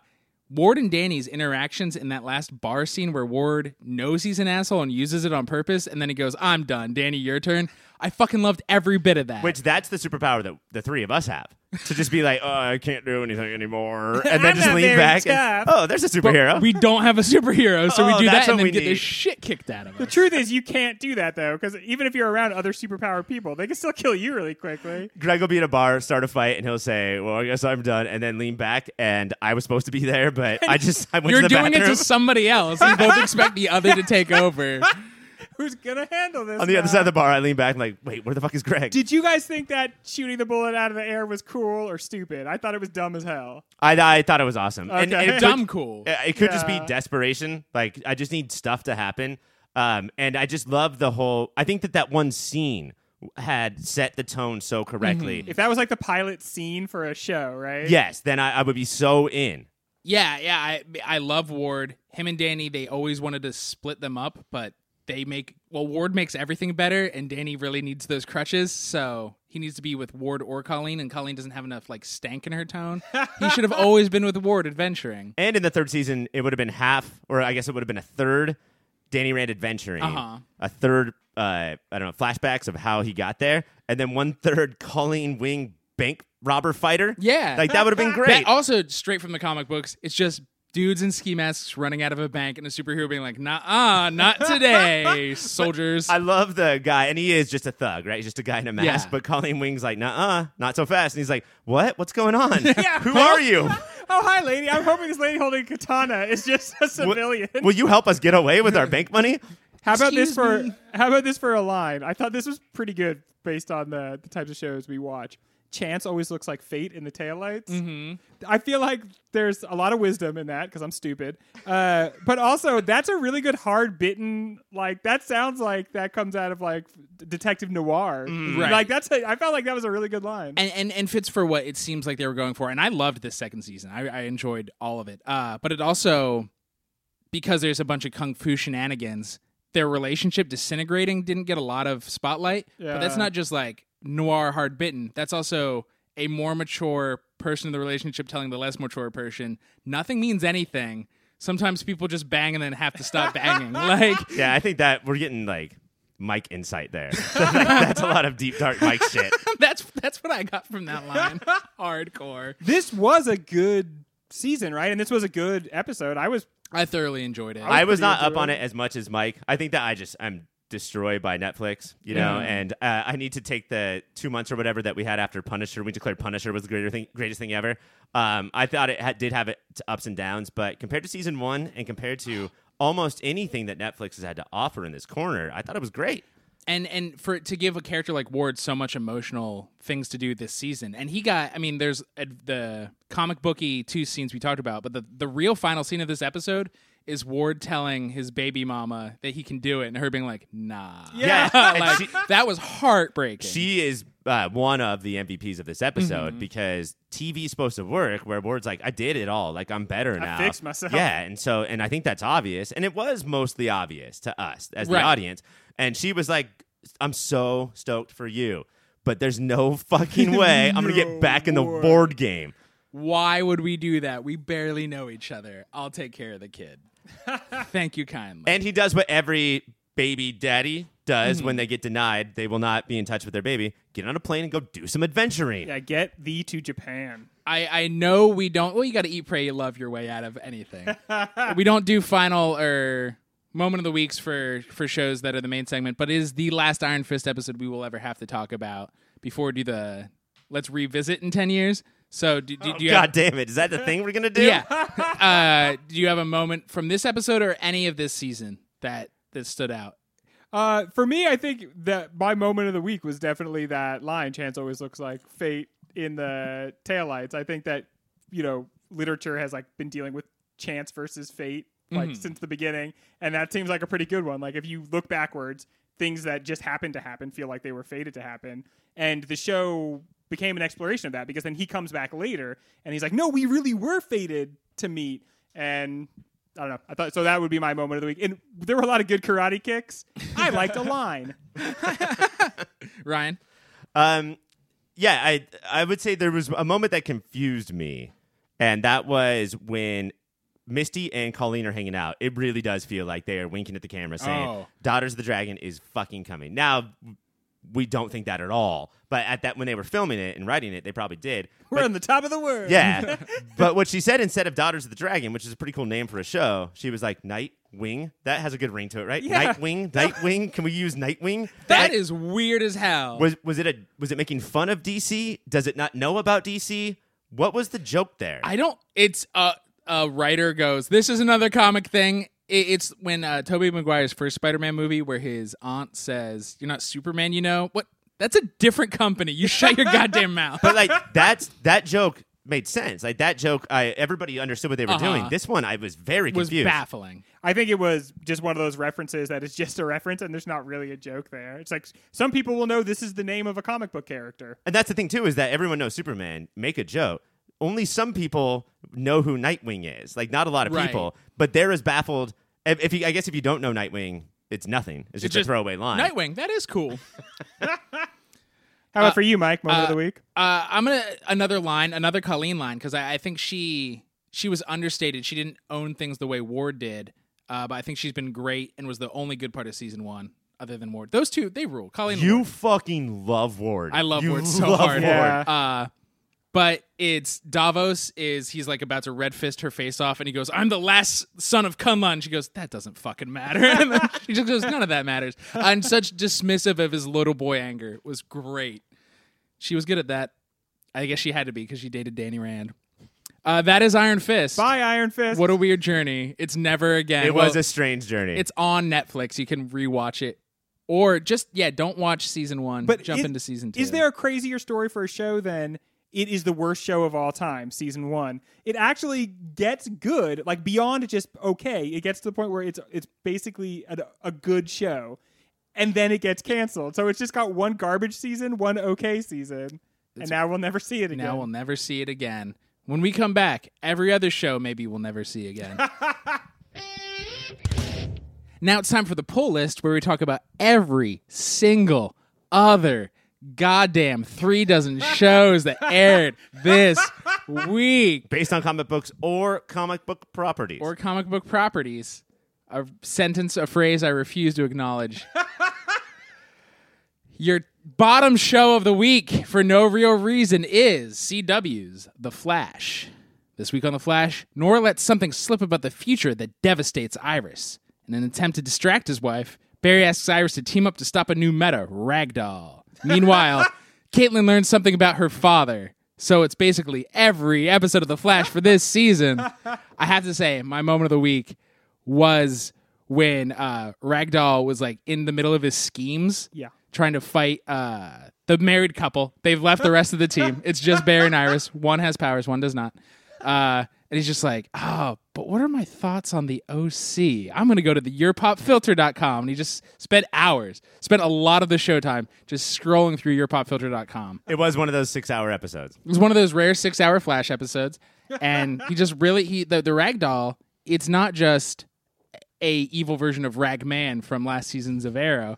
Ward and Danny's interactions in that last bar scene where Ward knows he's an asshole and uses it on purpose, and then he goes, "I'm done, Danny, your turn." I fucking loved every bit of that.
Which that's the superpower that the three of us have to just be like, oh, I can't do anything
<laughs>
anymore, and then
I'm
just
not
lean
very
back. and,
tough.
oh, there's a
But
superhero.
we don't have a superhero, so we
Oh,
do
that's
that and
what
then
we
get
need.
this shit kicked out of
The
us.
truth is, you can't do that though, because even if you're around other superpowered people, they can still kill you really quickly.
Greg will be at a bar, start a fight, and he'll say, "Well, I guess I'm done," and then lean back. And I was supposed to be there, but
<laughs>
I just I went
You're
to the
doing it
bathroom. <laughs>
to somebody else. You both expect the other to take over.
Who's gonna handle this?
on the
now?
other side of the bar, I lean back and like, wait, where the fuck is Greg?
Did you guys think that shooting the bullet out of the air was cool or stupid? I thought it was dumb as hell.
I, I thought it was awesome. And-
Okay.
and it took-
dumb cool.
Uh, It could just be
Yeah.
desperation. Like I just need stuff to happen. Um, and I just love the whole. I think that that one scene had set the tone so correctly.
Mm-hmm. If that was like the pilot scene for a show, right?
Yes, then I, I would be so in.
Yeah, yeah. I I love Ward. Him and Danny, they always wanted to split them up, but they make well Ward makes everything better, and Danny really needs those crutches, so he needs to be with Ward or Colleen, and Colleen doesn't have enough like stank in her tone. he should have always been with Ward adventuring.
And in the third season, it would have been half, or I guess it would have been a third. Danny Rand adventuring,
Uh-huh.
a third. Uh, I don't know flashbacks of how he got there, and then one third <laughs> Colleen Wing bank robber fighter.
Yeah.
like that would have been great.
That also straight from the comic books. It's just dudes in ski masks running out of a bank and a superhero being like, "Nah,
<laughs>
not today, soldiers."
I love the guy, and he is just a thug, right? He's just a guy in a mask.
Yeah.
But Colleen Wing's like, "Nah, uh, not so fast." And he's like, "What? What's going on? Who are you?
Oh, hi, lady. I'm hoping this lady holding a katana is just a civilian.
Will you help us get away with our bank money?"
how about this
excuse
for
me.
how about this for a line? I thought this was pretty good based on the, the types of shows we watch. Chance always looks like fate in the taillights. Mm-hmm. I feel like there's a lot of wisdom in that because I'm stupid. Uh, but also, that's a really good hard bitten. Like that sounds like that comes out of like d- detective noir.
Mm, right.
Like that's a, I felt like that was a really good line.
and, and and fits for what it seems like they were going for. And I loved this second season. I, I enjoyed all of it. Uh, but it also because there's a bunch of kung fu shenanigans, their relationship disintegrating didn't get a lot of spotlight. But that's
Yeah.
not just like noir hard bitten. That's also a more mature person in the relationship telling the less mature person nothing means anything. Sometimes people just bang and then have to stop banging. like <laughs>
Yeah, I think that we're getting like Mike insight there. <laughs> That's a lot of deep dark Mike shit.
that's that's what I got from that line. Hardcore.
this was a good season, right? And this was a good episode. I was
I thoroughly enjoyed it.
I was
pretty
not
into
up on
it.
it as much as Mike. I think that I just I'm destroyed by Netflix, you know,
Mm-hmm.
and uh, I need to take the two months or whatever that we had after Punisher. We declared Punisher was the greater thing, greatest thing ever. Um, I thought it had, did have its ups and downs, but compared to season one and compared to almost anything that Netflix has had to offer in this corner, I thought it was great.
and and for to give a character like Ward so much emotional things to do this season, and he got. I mean, there's uh the comic booky two scenes we talked about, but the the real final scene of this episode is Ward telling his baby mama that he can do it, and her being like, "Nah."
Yeah,
<laughs>
and
like,
she-
that was heartbreaking.
She is uh, one of the MVPs of this episode
Mm-hmm.
because TV's supposed to work where Ward's like, I did it all. Like, I'm better now.
fixed myself.
Yeah. And so, and I think that's obvious. And it was mostly obvious to us as
Right.
the audience. And she was like, I'm so stoked for you, but there's no <laughs> fucking way I'm going
<laughs>
to get back in the board game.
Why would we do that? We barely know each other. I'll take care of
<laughs>
the kid. Thank you kindly.
And he does what every baby daddy does
Mm-hmm.
when they get denied. They will not be in touch with their baby. Get on a plane and go do some adventuring.
yeah, get thee to Japan.
I, I know we don't. Well, you got to eat, pray, love your way out of anything. we don't do final or moment of the weeks for for shows that are the main segment, but it is the last Iron Fist episode we will ever have to talk about before we do the let's revisit in ten years. So do, do, do you
God damn it. Is that the thing we're going to do?
have, yeah? <laughs> uh, do you have a moment from this episode or any of this season that that stood out?
Uh, for me, I think that my moment of the week was definitely that line. Chance always looks like fate in the taillights. I think that you know literature has like been dealing with chance versus fate like since the beginning, and that seems like a pretty good one. Like if you look backwards, things that just happened to happen feel like they were fated to happen, and the show became an exploration of that because then he comes back later and he's like, "No, we really were fated to meet," and I don't know. I thought so. That would be my moment of the week. And there were a lot of good karate kicks. I liked a line.
Ryan,
Um, yeah, I I would say there was a moment that confused me, and that was when Misty and Colleen are hanging out. It really does feel like they are winking at the camera, saying
Oh.
"Daughters of the Dragon is fucking coming." Now we don't think that at all, but at that when they were filming it and writing it, they probably did.
<laughs> We're on the top of the world.
<laughs>
Yeah, but what she said instead of "Daughters of the Dragon," which is a pretty cool name for a show, she was like "Night." Wing that has a good ring to it, right?
Yeah.
<laughs>
Nightwing, Nightwing. Can we use Nightwing?
that is weird as hell.
Was was it a was it making fun of DC? Does it not know about DC? What was the joke there?
I don't. It's uh, a writer goes. This is another comic thing. I- It's when uh, Tobey Maguire's first Spider-Man movie, where his aunt says, "You're not Superman, you know what? That's a different company. You shut your goddamn mouth."
but like that's that joke made sense. Like that joke, I everybody understood what they were
Uh-huh.
doing. This one, I was very
was
confused.
baffling.
I think it was just one of those references that is just a reference and there's not really a joke there. It's like some people will know this is the name of a comic book character.
And that's the thing too is that everyone knows Superman. Make a joke. Only some people know who Nightwing is. Like not a lot of
Right.
people. But they're as baffled. If, if you, I guess if you don't know Nightwing, it's nothing. It's just, a
just-
throwaway line.
Nightwing, that is cool.
How about for you, Mike? Moment of
uh,
the week.
Uh, I'm gonna another line, another Colleen line, because I, I think she she was understated. She didn't own things the way Ward did, uh, but I think she's been great and was the only good part of season one, other than Ward. Those two, they rule. Colleen, and
You
Ward.
fucking love Ward.
I love
you
Ward so
love Ward.
hard.
Yeah.
Uh, but it's Davos is he's like about to red fist her face off, and he goes, "I'm the last son of Kunlun." And She goes, "That doesn't fucking matter." <laughs> and then she just goes, "None of that matters." And such dismissive of his little boy anger was great. She was good at that. I guess she had to be because she dated Danny Rand. Uh, that is Iron Fist.
Bye, Iron Fist.
What a weird journey. It's never again.
It
Well,
was a strange journey.
It's on Netflix. You can rewatch it, or just yeah, don't watch season one.
But
jump
is-
into season two.
Is there a crazier story for a show than it is the worst show of all time, season one? It actually gets good, like beyond just okay. It gets to the point where it's it's basically a, a good show, and then it gets canceled. So it's just got one garbage season, one okay season, and now we'll never see it again.
Now we'll never see it again. When we come back, every other show maybe we'll never see again. now it's time for the pull list where we talk about every single other goddamn three dozen shows that aired this week
based on comic books or comic book properties.
or comic book properties. A sentence, a phrase I refuse to acknowledge. Your bottom show of the week for no real reason is CW's The Flash. This week on The Flash, Nora lets something slip about the future that devastates Iris. In an attempt to distract his wife, Barry asks Iris to team up to stop a new meta, Ragdoll. Meanwhile, Caitlin learns something about her father. So it's basically every episode of The Flash for this season. I have to say, my moment of the week was when uh, Ragdoll was like in the middle of his schemes
Yeah.
trying to fight uh, the married couple. They've left the rest of the team. It's just Barry and Iris. One has powers, one does not. Uh, and he's just like, oh, but what are my thoughts on the OC? I'm going to go to the yourpopfilter.com. And he just spent hours, spent a lot of the showtime just scrolling through yourpopfilter.com.
it was one of those six-hour episodes.
It was one of those rare six hour flash episodes. And he just really, he the, the ragdoll, it's not just a evil version of Ragman from last season's of Arrow.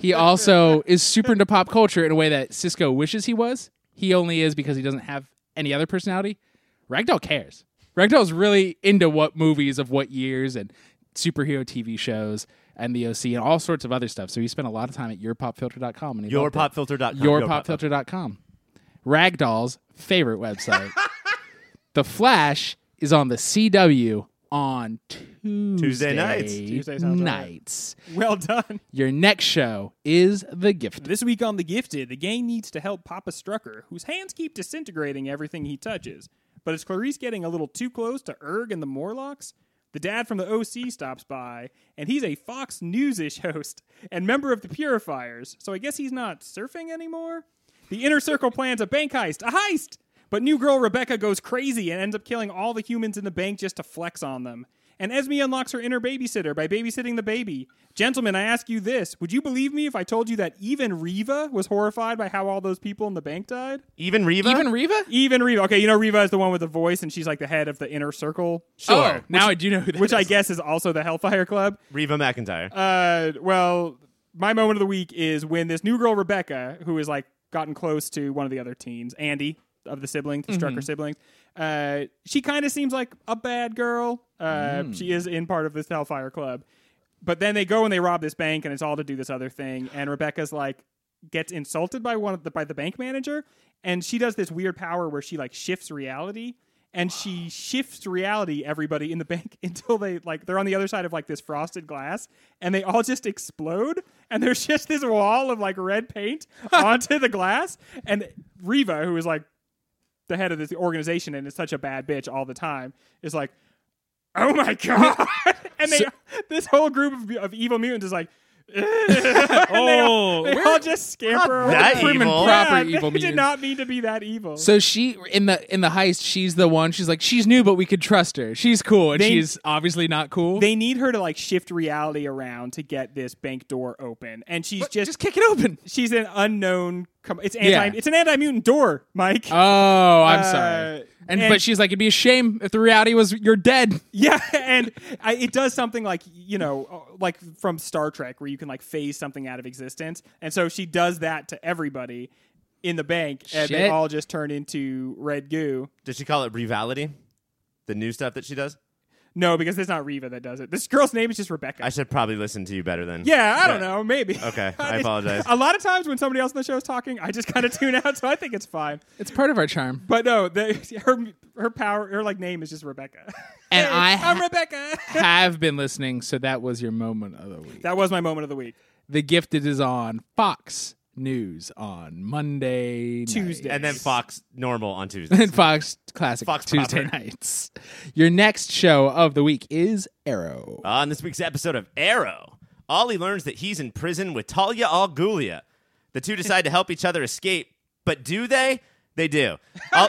He also is super into pop culture in a way that Cisco wishes he was. He only is because he doesn't have any other personality. Ragdoll cares. Ragdoll's really into what movies of what years and superhero TV shows and the OC and all sorts of other stuff. So he spent a lot of time at yourpopfilter.com. And he loved it
Yourpopfilter.com.
yourpopfilter.com. Ragdoll's favorite website. the Flash is on the CW on Tuesday,
nights.
Tuesday sounds right.
nights.
<laughs> Well done.
Your next show is The Gift.
This week on The Gifted, the gang needs to help Papa Strucker, whose hands keep disintegrating everything he touches. But is Clarice getting a little too close to Erg and the Morlocks? The dad from the OC stops by, and he's a Fox News-ish <laughs> host and member of the Purifiers, so I guess he's not surfing anymore? The Inner Circle plans a bank heist, a heist! But new girl Rebecca goes crazy and ends up killing all the humans in the bank just to flex on them. And Esme unlocks her inner babysitter by babysitting the baby. Gentlemen, I ask you this. Would you believe me if I told you that even Riva was horrified by how all those people in the bank died?
Even Reva?
Even Reva?
Even Riva. Okay, you know Riva is the one with the voice and she's like the head of the inner circle.
Oh, now I do know who that
Which I
is.
guess is also the Hellfire Club.
Reva McIntyre.
Uh, well, my moment of the week is when this new girl Rebecca, who is like gotten close to one of the other teens, Andy of the siblings, the Strucker siblings. Uh, she kind of seems like a bad girl. Uh, She is in part of this Hellfire Club, but then they go and they rob this bank, and it's all to do this other thing. And Rebecca's like gets insulted by one of the by the bank manager, and she does this weird power where she like shifts reality and she shifts reality everybody in the bank <laughs> until they like they're on the other side of like this frosted glass and they all just explode and there's <laughs> just this wall of like red paint onto the glass and Riva who is like the head of this organization and is such a bad bitch all the time is like oh my god <laughs> and they this whole group of, of evil mutants is like <laughs> oh, they all, just <laughs> scamper. away.
that
Prim and
evil.
<laughs>
proper
Yeah,
evil
they did
mutants.
not mean to be that evil.
So she in the in the heist, she's the one. She's like she's new, but we could trust her. She's cool, and
They-
she's obviously not cool.
they need her to like shift reality around to get this bank door open and she's just,
just kick it open.
she's an unknown com- it's anti
Yeah. Uh,
it's an anti-mutant door mike
Oh, I'm sorry. And,
And-
but she's like, it'd be a shame if the reality was you're dead.
<laughs> Yeah, and I, it does something like you know, uh, like from Star Trek, where you can like phase something out of existence, and so she does that to everybody in the bank, and they
Shit.
all just turn into red goo.
Does she call it revalidity? The new stuff that she does?
No, because it's not Reva that does it. This girl's name is just Rebecca.
I should probably listen to you better then.
yeah, I don't
But-
know, maybe. <laughs>
Okay, I apologize.
A lot of times when somebody else in the show is talking, I just kind of tune out, so I think it's fine.
It's part of our charm.
But no, the, <laughs> her her power, her like name is just Rebecca. <laughs>
And
Hey,
I
I'm
ha-
Rebecca.
Have been listening, so that was your moment of the week.
that was my moment of the week.
The Gifted is on Fox News on Monday, night.
Tuesday.
And then Fox normal on Tuesday.
and <laughs> Fox Classic
Fox
Tuesday
proper.
nights. Your next show of the week is Arrow.
On this week's episode of Arrow, Ollie learns that he's in prison with Talia Al Ghulya. The two decide to help each other escape, but do they? They do. Ol-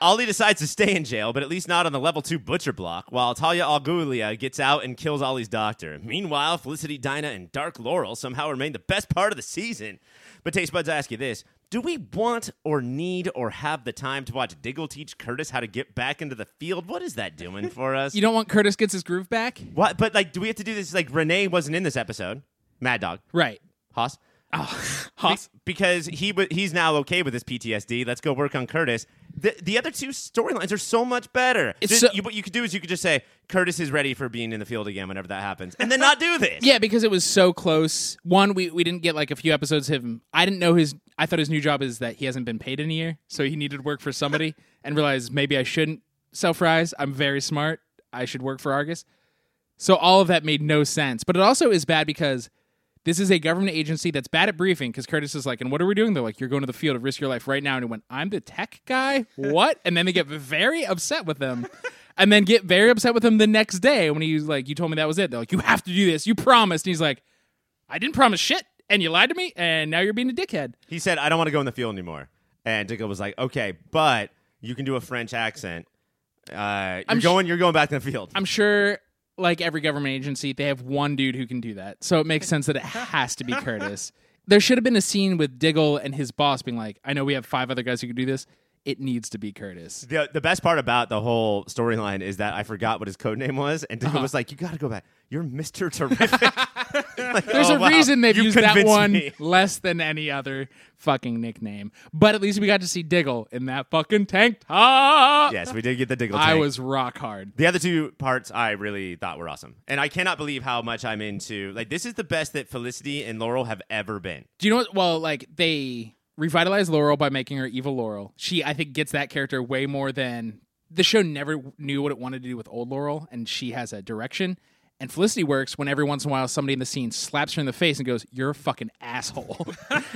Ollie decides to stay in jail, but at least not on the level two butcher block, while Talia Al Ghulya gets out and kills Ollie's doctor. Meanwhile, Felicity, Dinah, and Dark Laurel somehow remain the best part of the season. But Taste Buds, I ask you this. Do we want or need or have the time to watch Diggle teach Curtis how to get back into the field? What is that doing for us?
You don't want Curtis gets his groove back?
What? But like, do we have to do this? Like, Renee wasn't in this episode. Mad Dog
Right.
Haas.
Oh, <laughs> Hoss.
Be- because he wa he's now okay with his PTSD. Let's go work on Curtis. The the other two storylines are so much better.
It's
Just-
so-
you- what you could do is you could just say Curtis is ready for being in the field again whenever that happens,
<laughs>
and then not do this.
Yeah, because it was so close. One, we, we didn't get like a few episodes of him. I didn't know his I thought his new job is that he hasn't been paid in a year, so he needed to work for somebody and realized maybe I shouldn't self rise. I'm very smart. I should work for Argus. So all of that made no sense. But it also is bad because this is a government agency that's bad at briefing because Curtis is like, and what are we doing? They're like, you're going to the field of risk your life right now. And he went, I'm the tech guy? What? and then they get very upset with him and then get very upset with him the next day when he's like, you told me that was it. They're like, you have to do this. You promised. And he's like, I didn't promise shit. And you lied to me. And now you're being a dickhead.
He said, "I don't want to go in the field anymore," and Diggle was like, "Okay, but you can do a French accent. Uh, you're
I'm sh-
going. you're going back in the field."
I'm sure, like every government agency, they have one dude who can do that. So it makes sense that it has
<laughs>
to be Curtis. There should have been a scene with Diggle and his boss being like, I know we have five other guys who can do this. It needs to be Curtis.
the, the best part about the whole storyline is that I forgot what his code name was, and
Uh-huh.
Diggle was like, "You got to go back. You're Mister
<laughs>
Terrific." <laughs> Like,
There's
oh,
a
wow.
reason they've
You
used that
convinced
one
me. <laughs>
less than any other fucking nickname. But at least we got to see Diggle in that fucking tank top.
Yes, we did get the Diggle.
I
tank.
was rock hard.
The other two parts I really thought were awesome, and I cannot believe how much I'm into. Like, this is the best that Felicity and Laurel have ever been.
Do you know what? Well, like they revitalized Laurel by making her evil Laurel. She, I think, gets that character way more than the show never knew what it wanted to do with old Laurel, and she has a direction. And Felicity works when every once in a while somebody in the scene slaps her in the face and goes, "You're a fucking asshole,"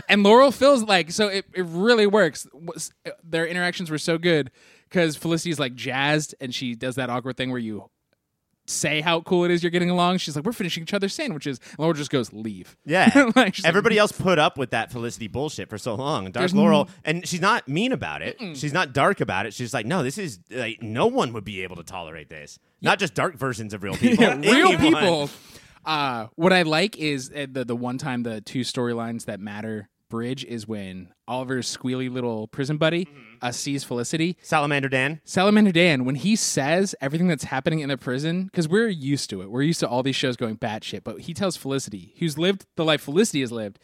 and Laurel feels like so it, it really works. Was- uh, Their interactions were so good because Felicity's like jazzed and she does that awkward thing where you say how cool it is you're getting along. She's like, "We're finishing each other's sandwiches," and Laurel just goes, "Leave."
Yeah,
<laughs> Like, she's like,
everybody else put up with that Felicity bullshit for so long. And Dark Laurel, and she's not mean about it. She's not dark about it. She's like, no, this is like no one would be able to tolerate this. Not just dark versions of real
<laughs>
people.
real
Anyone.
people. Uh, what I like is uh, the the one time the two storylines that matter bridge is when Oliver's squealy little prison buddy
Mm-hmm.
uh, sees Felicity.
Salamander Dan.
Salamander Dan, when he says everything that's happening in the prison, because we're used to it, we're used to all these shows going batshit, but he tells Felicity, who's lived the life Felicity has lived,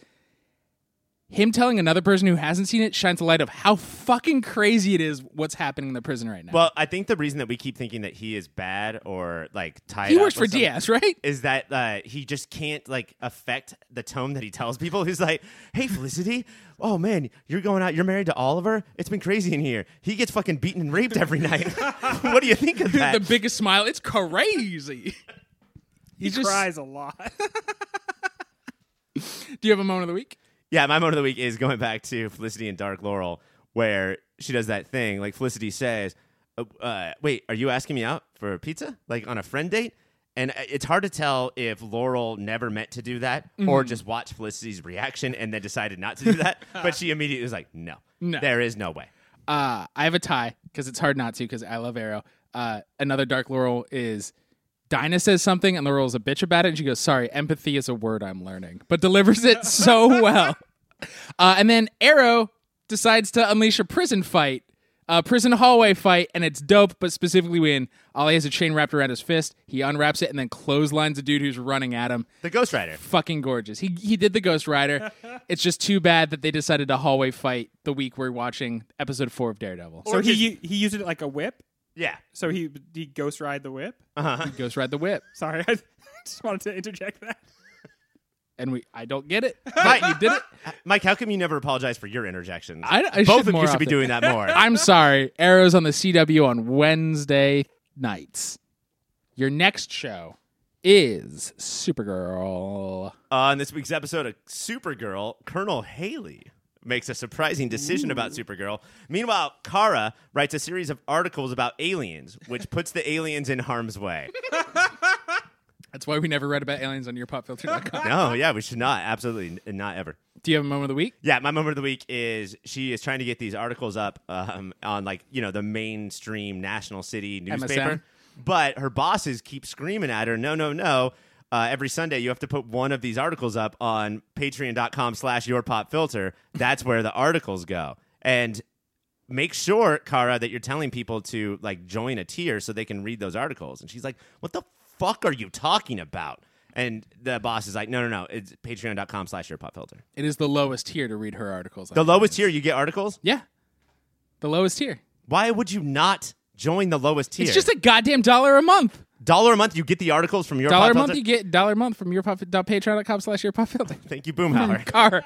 him telling another person who hasn't seen it shines a light of how fucking crazy it is what's happening in the prison right now.
Well, I think the reason that we keep thinking that he is bad or like tied
he
up
works for
with something-
Diaz, right?
is that uh, he just can't like affect the tone that he tells people. <laughs> He's like, "Hey, Felicity, oh man, you're going out. You're married to Oliver. It's been crazy in here. He gets fucking beaten and raped every night. <laughs> what do you think of that?"
<laughs> the biggest smile. It's crazy. <laughs>
He
just-
cries a
<laughs>
lot.
Do you have a moment of the week?
yeah, my moment of the week is going back to Felicity and Dark Laurel, where she does that thing. Like Felicity says, uh, uh, "Wait, are you asking me out for pizza? Like on a friend date?" And uh, it's hard to tell if Laurel never meant to do that or
Mm-hmm.
just watched Felicity's reaction and then decided not to do
<laughs>
that. but she immediately was like, "No,
No.
there is no way."
Uh, I have a tie because it's hard not to because I love Arrow. Uh, another Dark Laurel is Dinah says something and Laurel's a bitch about it and she goes, "Sorry, empathy is a word I'm learning," but delivers <laughs> it so well. Uh, and then Arrow decides to unleash a prison fight a prison hallway fight, and it's dope, but specifically when Ollie has a chain wrapped around his fist, he unwraps it and then clotheslines a dude who's running at him.
The Ghost Rider.
Fucking gorgeous. He he did the Ghost
<laughs>
Rider. it's just too bad that they decided to hallway fight the week we're watching episode four of
Oh.
Daredevil.
So he u- he used it like a whip.
Yeah.
So he he ghost ride the whip.
Ghost Ride the Whip.
Sorry, <laughs> I just wanted to interject that.
And we I don't get it.
Mike,
You did it.
<laughs> Mike, how come you never apologize for your interjections?
I- I
Both
should
of you
more
should be
often.
doing that
<laughs>
more.
I'm sorry. Arrows on the CW on Wednesday nights. Your next show is Supergirl.
On this week's episode of Supergirl, Colonel Haley makes a surprising decision about Supergirl. Meanwhile, Kara writes a series of articles about aliens, which puts the aliens in harm's way.
That's why we never read about aliens on your popfilter.com.
No, yeah, we should not. Absolutely n- not ever.
Do you have a moment of the week?
<laughs> Yeah, my moment of the week is she is trying to get these articles up um, on like you know the mainstream national city newspaper, but her bosses keep screaming at her, no, no, no. Uh, every Sunday, you have to put one of these articles up on patreon.com slash your pop filter. That's where the articles go. And make sure, Kara, that you're telling people to like join a tier so they can read those articles. And she's like, what the fuck are you talking about? And the boss is like, no, no, no. It's patreon.com slash your pop filter.
It is the lowest tier to read her articles.
The lowest tier, you get articles.
yeah. The lowest tier.
Why would you not join the lowest tier?
It's just a goddamn dollar a month.
dollar a month. You get the articles from your
Dollar a
pop
month
filter.
you get dollar a month from your pop, dot patreon.com slash your pop <laughs> filter.
Thank you,
Oh
Boomhauer.
Kara.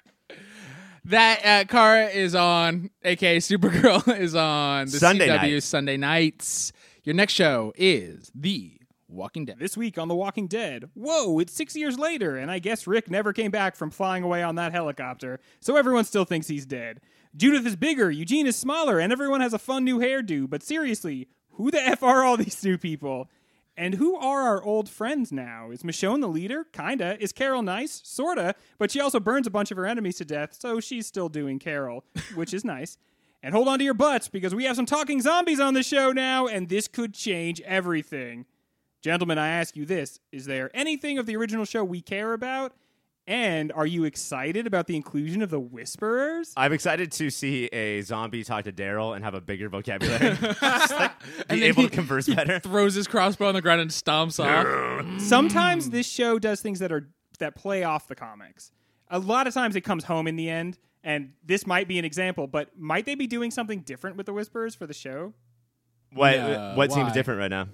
<laughs> that uh, Kara is on, aka Supergirl <laughs> is on the
Sunday
CW
night.
Sunday nights. Your next show is The Walking Dead.
This week on The Walking Dead, whoa, it's six years later, and I guess Rick never came back from flying away on that helicopter, so everyone still thinks he's dead. Judith is bigger, Eugene is smaller, and everyone has a fun new hairdo, but seriously, who the F are all <laughs> these new people? And who are our old friends now? Is Michonne the leader? Kinda. Is Carol nice? Sorta. But she also burns a bunch of her enemies to death, so she's still doing Carol, which is <laughs> nice. And hold on to your butts, because we have some talking zombies on the show now, and this could change everything. Gentlemen, I ask you this Is there anything of the original show we care about? And are you excited about the inclusion of the Whisperers?
I'm excited to see a zombie talk to Daryl and have a bigger vocabulary, Just, like, be
then
able
he-
to converse better.
<laughs> Throws his crossbow on the ground and stomps off.
Sometimes this show does things that are that play off the comics. A lot of times it comes home in the end, and this might be an example, but might they be doing something different with the Whisperers for the show?
What
Yeah,
what
why?
seems different right now?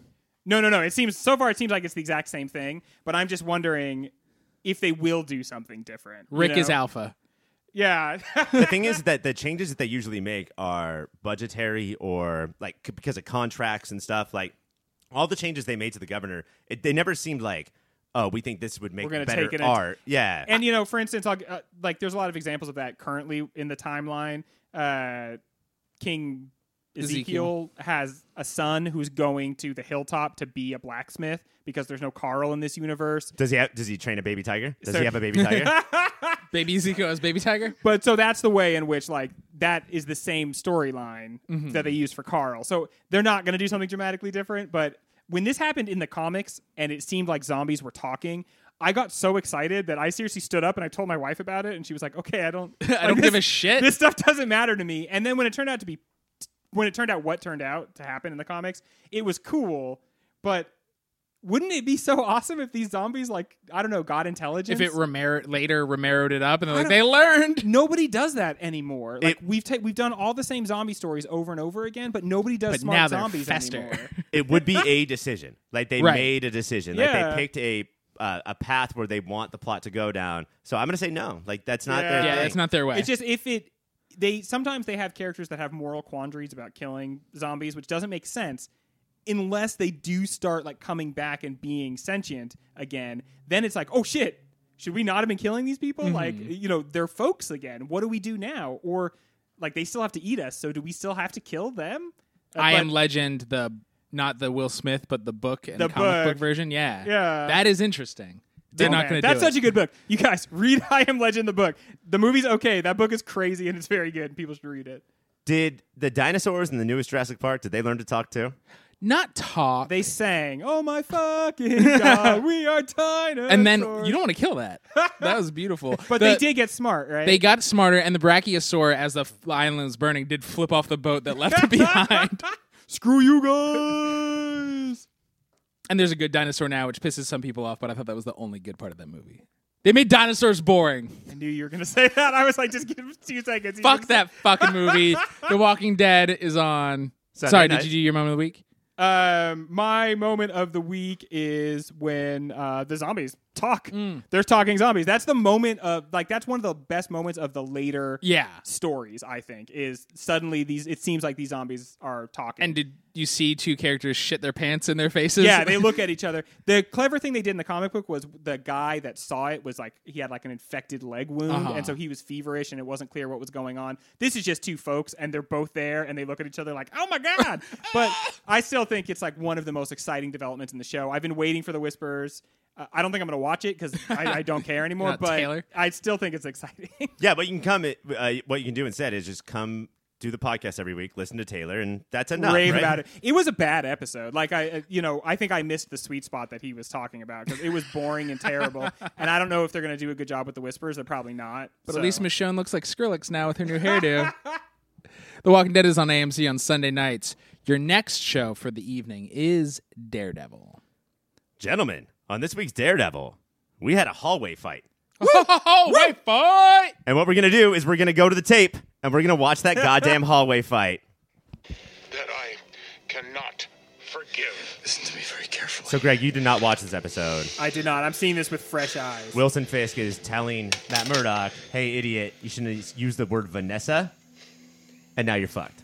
No, no, no. It seems so far it seems like it's the exact same thing, but I'm just wondering if they will do something different. you
Rick is
know?
alpha.
Yeah. <laughs>
The thing is that the changes that they usually make are budgetary or like c- because of contracts and stuff. Like all the changes they made to the governor, it, they never seemed like, oh, we think this would make
gonna
better
take it and-
art. yeah,
and you know, for instance, I'll, uh, like there's a lot of examples of that currently in the timeline. Uh, King Ezekiel,
Ezekiel.
has a son who's going to the hilltop to be a blacksmith because there's no Carl in this universe.
does he have, does he train a baby tiger? Does
So-
he have a baby tiger?
<laughs>
Baby Zico as Baby Tiger. <laughs>
But so that's the way in which like that is the same storyline
Mm-hmm.
that they use for Carl. So they're not going to do something dramatically different. But when this happened in the comics and it seemed like zombies were talking. I got so excited that I seriously stood up and I told my wife about it, and she was like, "Okay, I don't,
<laughs> I don't
like,
give
this-
a <laughs> shit.
this stuff doesn't matter to me. And then when it turned out to be, when it turned out what turned out to happen in the comics, it was cool. But wouldn't it be so awesome if these zombies, like I don't know, got intelligence?
if it Romero later Romeroed it up and they're like,
don't-
<laughs>
they learned.
nobody does that anymore. Like
It-
we've ta- we've done all the same zombie stories over and over again, but nobody does
But
smart
now they're
zombies
fester.
anymore.
it would be a decision. Like they
Right.
made a decision. Like
Yeah.
they picked a uh, a path where they want the plot to go down. So I'm gonna say no. Like that's not their
Yeah,
thing.
that's not their way.
It's just if it they sometimes they have characters that have moral quandaries about killing zombies, which doesn't make sense unless they do start like coming back and being sentient again. Then it's like, oh shit, should we not have been killing these people? Like,
Mm-hmm.
you know, they're folks again. What do we do now? Or like they still have to eat us, so do we still have to kill them? Uh,
I
but-
am Legend, the not the Will Smith, but the book and
The
comic book.
book.
version. Yeah.
Yeah.
That is interesting. They're
Oh,
not
man.
going to do
That's
it.
such a good book. You guys, <laughs> read I Am Legend the book. The movie's okay. That book is crazy and it's very good. People should read it.
Did the dinosaurs in the newest Jurassic Park? Did they learn to talk too?
not talk.
They sang, "Oh my fucking god, we are dinosaurs."
and then you don't want to
<laughs>
kill that. That was beautiful.
But
The-
they did get smart, right?
They got smarter, and the brachiosaur, as the f- island was burning, did flip off the boat
<laughs>
that left it behind.
Screw you guys.
And there's a good dinosaur now, which pisses some people off, but I thought that was the only good part of that movie. They made dinosaurs boring.
I knew you were gonna say that. I was like, just give him two seconds. He's
Fuck
gonna
that fucking
<laughs>
movie. the Walking Dead is on.
Saturday
Sorry,
night.
did you do your moment of the week?
Um, my moment of the week is when uh, the zombies talk.
Mm.
There's talking zombies. That's the moment of like that's one of the best moments of the later
Yeah.
stories. I think is suddenly these. It seems like these zombies are talking.
And did you see two characters shit their pants in their faces?
yeah, they look at each other. The clever thing they did in the comic book was the guy that saw it was like he had like an infected leg wound,
Uh-huh.
and so he was feverish, and it wasn't clear what was going on. This is just two folks, and they're both there, and they look at each other like, "Oh my
<laughs>
god!" but I still think it's like one of the most exciting developments in the show. I've been waiting for the whispers. Uh, I don't think I'm going to watch it because I, I don't
<laughs>
care anymore.
Not
but
Taylor.
I still think it's exciting.
Yeah, but you can come. Uh, what you can do instead is just come do the podcast every week, listen to Taylor, and that's enough.
rave
right?
about it. It was a bad episode. Like I, uh, you know, I think I missed the sweet spot that he was talking about because it was boring
<laughs>
and terrible. And I don't know if they're going to do a good job with the whispers. They're probably not.
But
So-
at least Michonne looks like Skrillex now with her new <laughs> hairdo. the Walking Dead is on AMC on Sunday nights. Your next show for the evening is Daredevil.
Gentlemen, on this week's Daredevil, we had a hallway fight.
<laughs> Oh, wait, fight!
And what we're going to do is we're going to go to the tape and we're going to watch
<laughs>
that goddamn hallway fight.
that I cannot forgive.
Listen to me very carefully.
So, Greg, you did not watch this episode.
I did not. I'm seeing this with fresh eyes.
Wilson Fisk is telling Matt Murdock, hey, idiot, you shouldn't use the word Vanessa. And now you're fucked.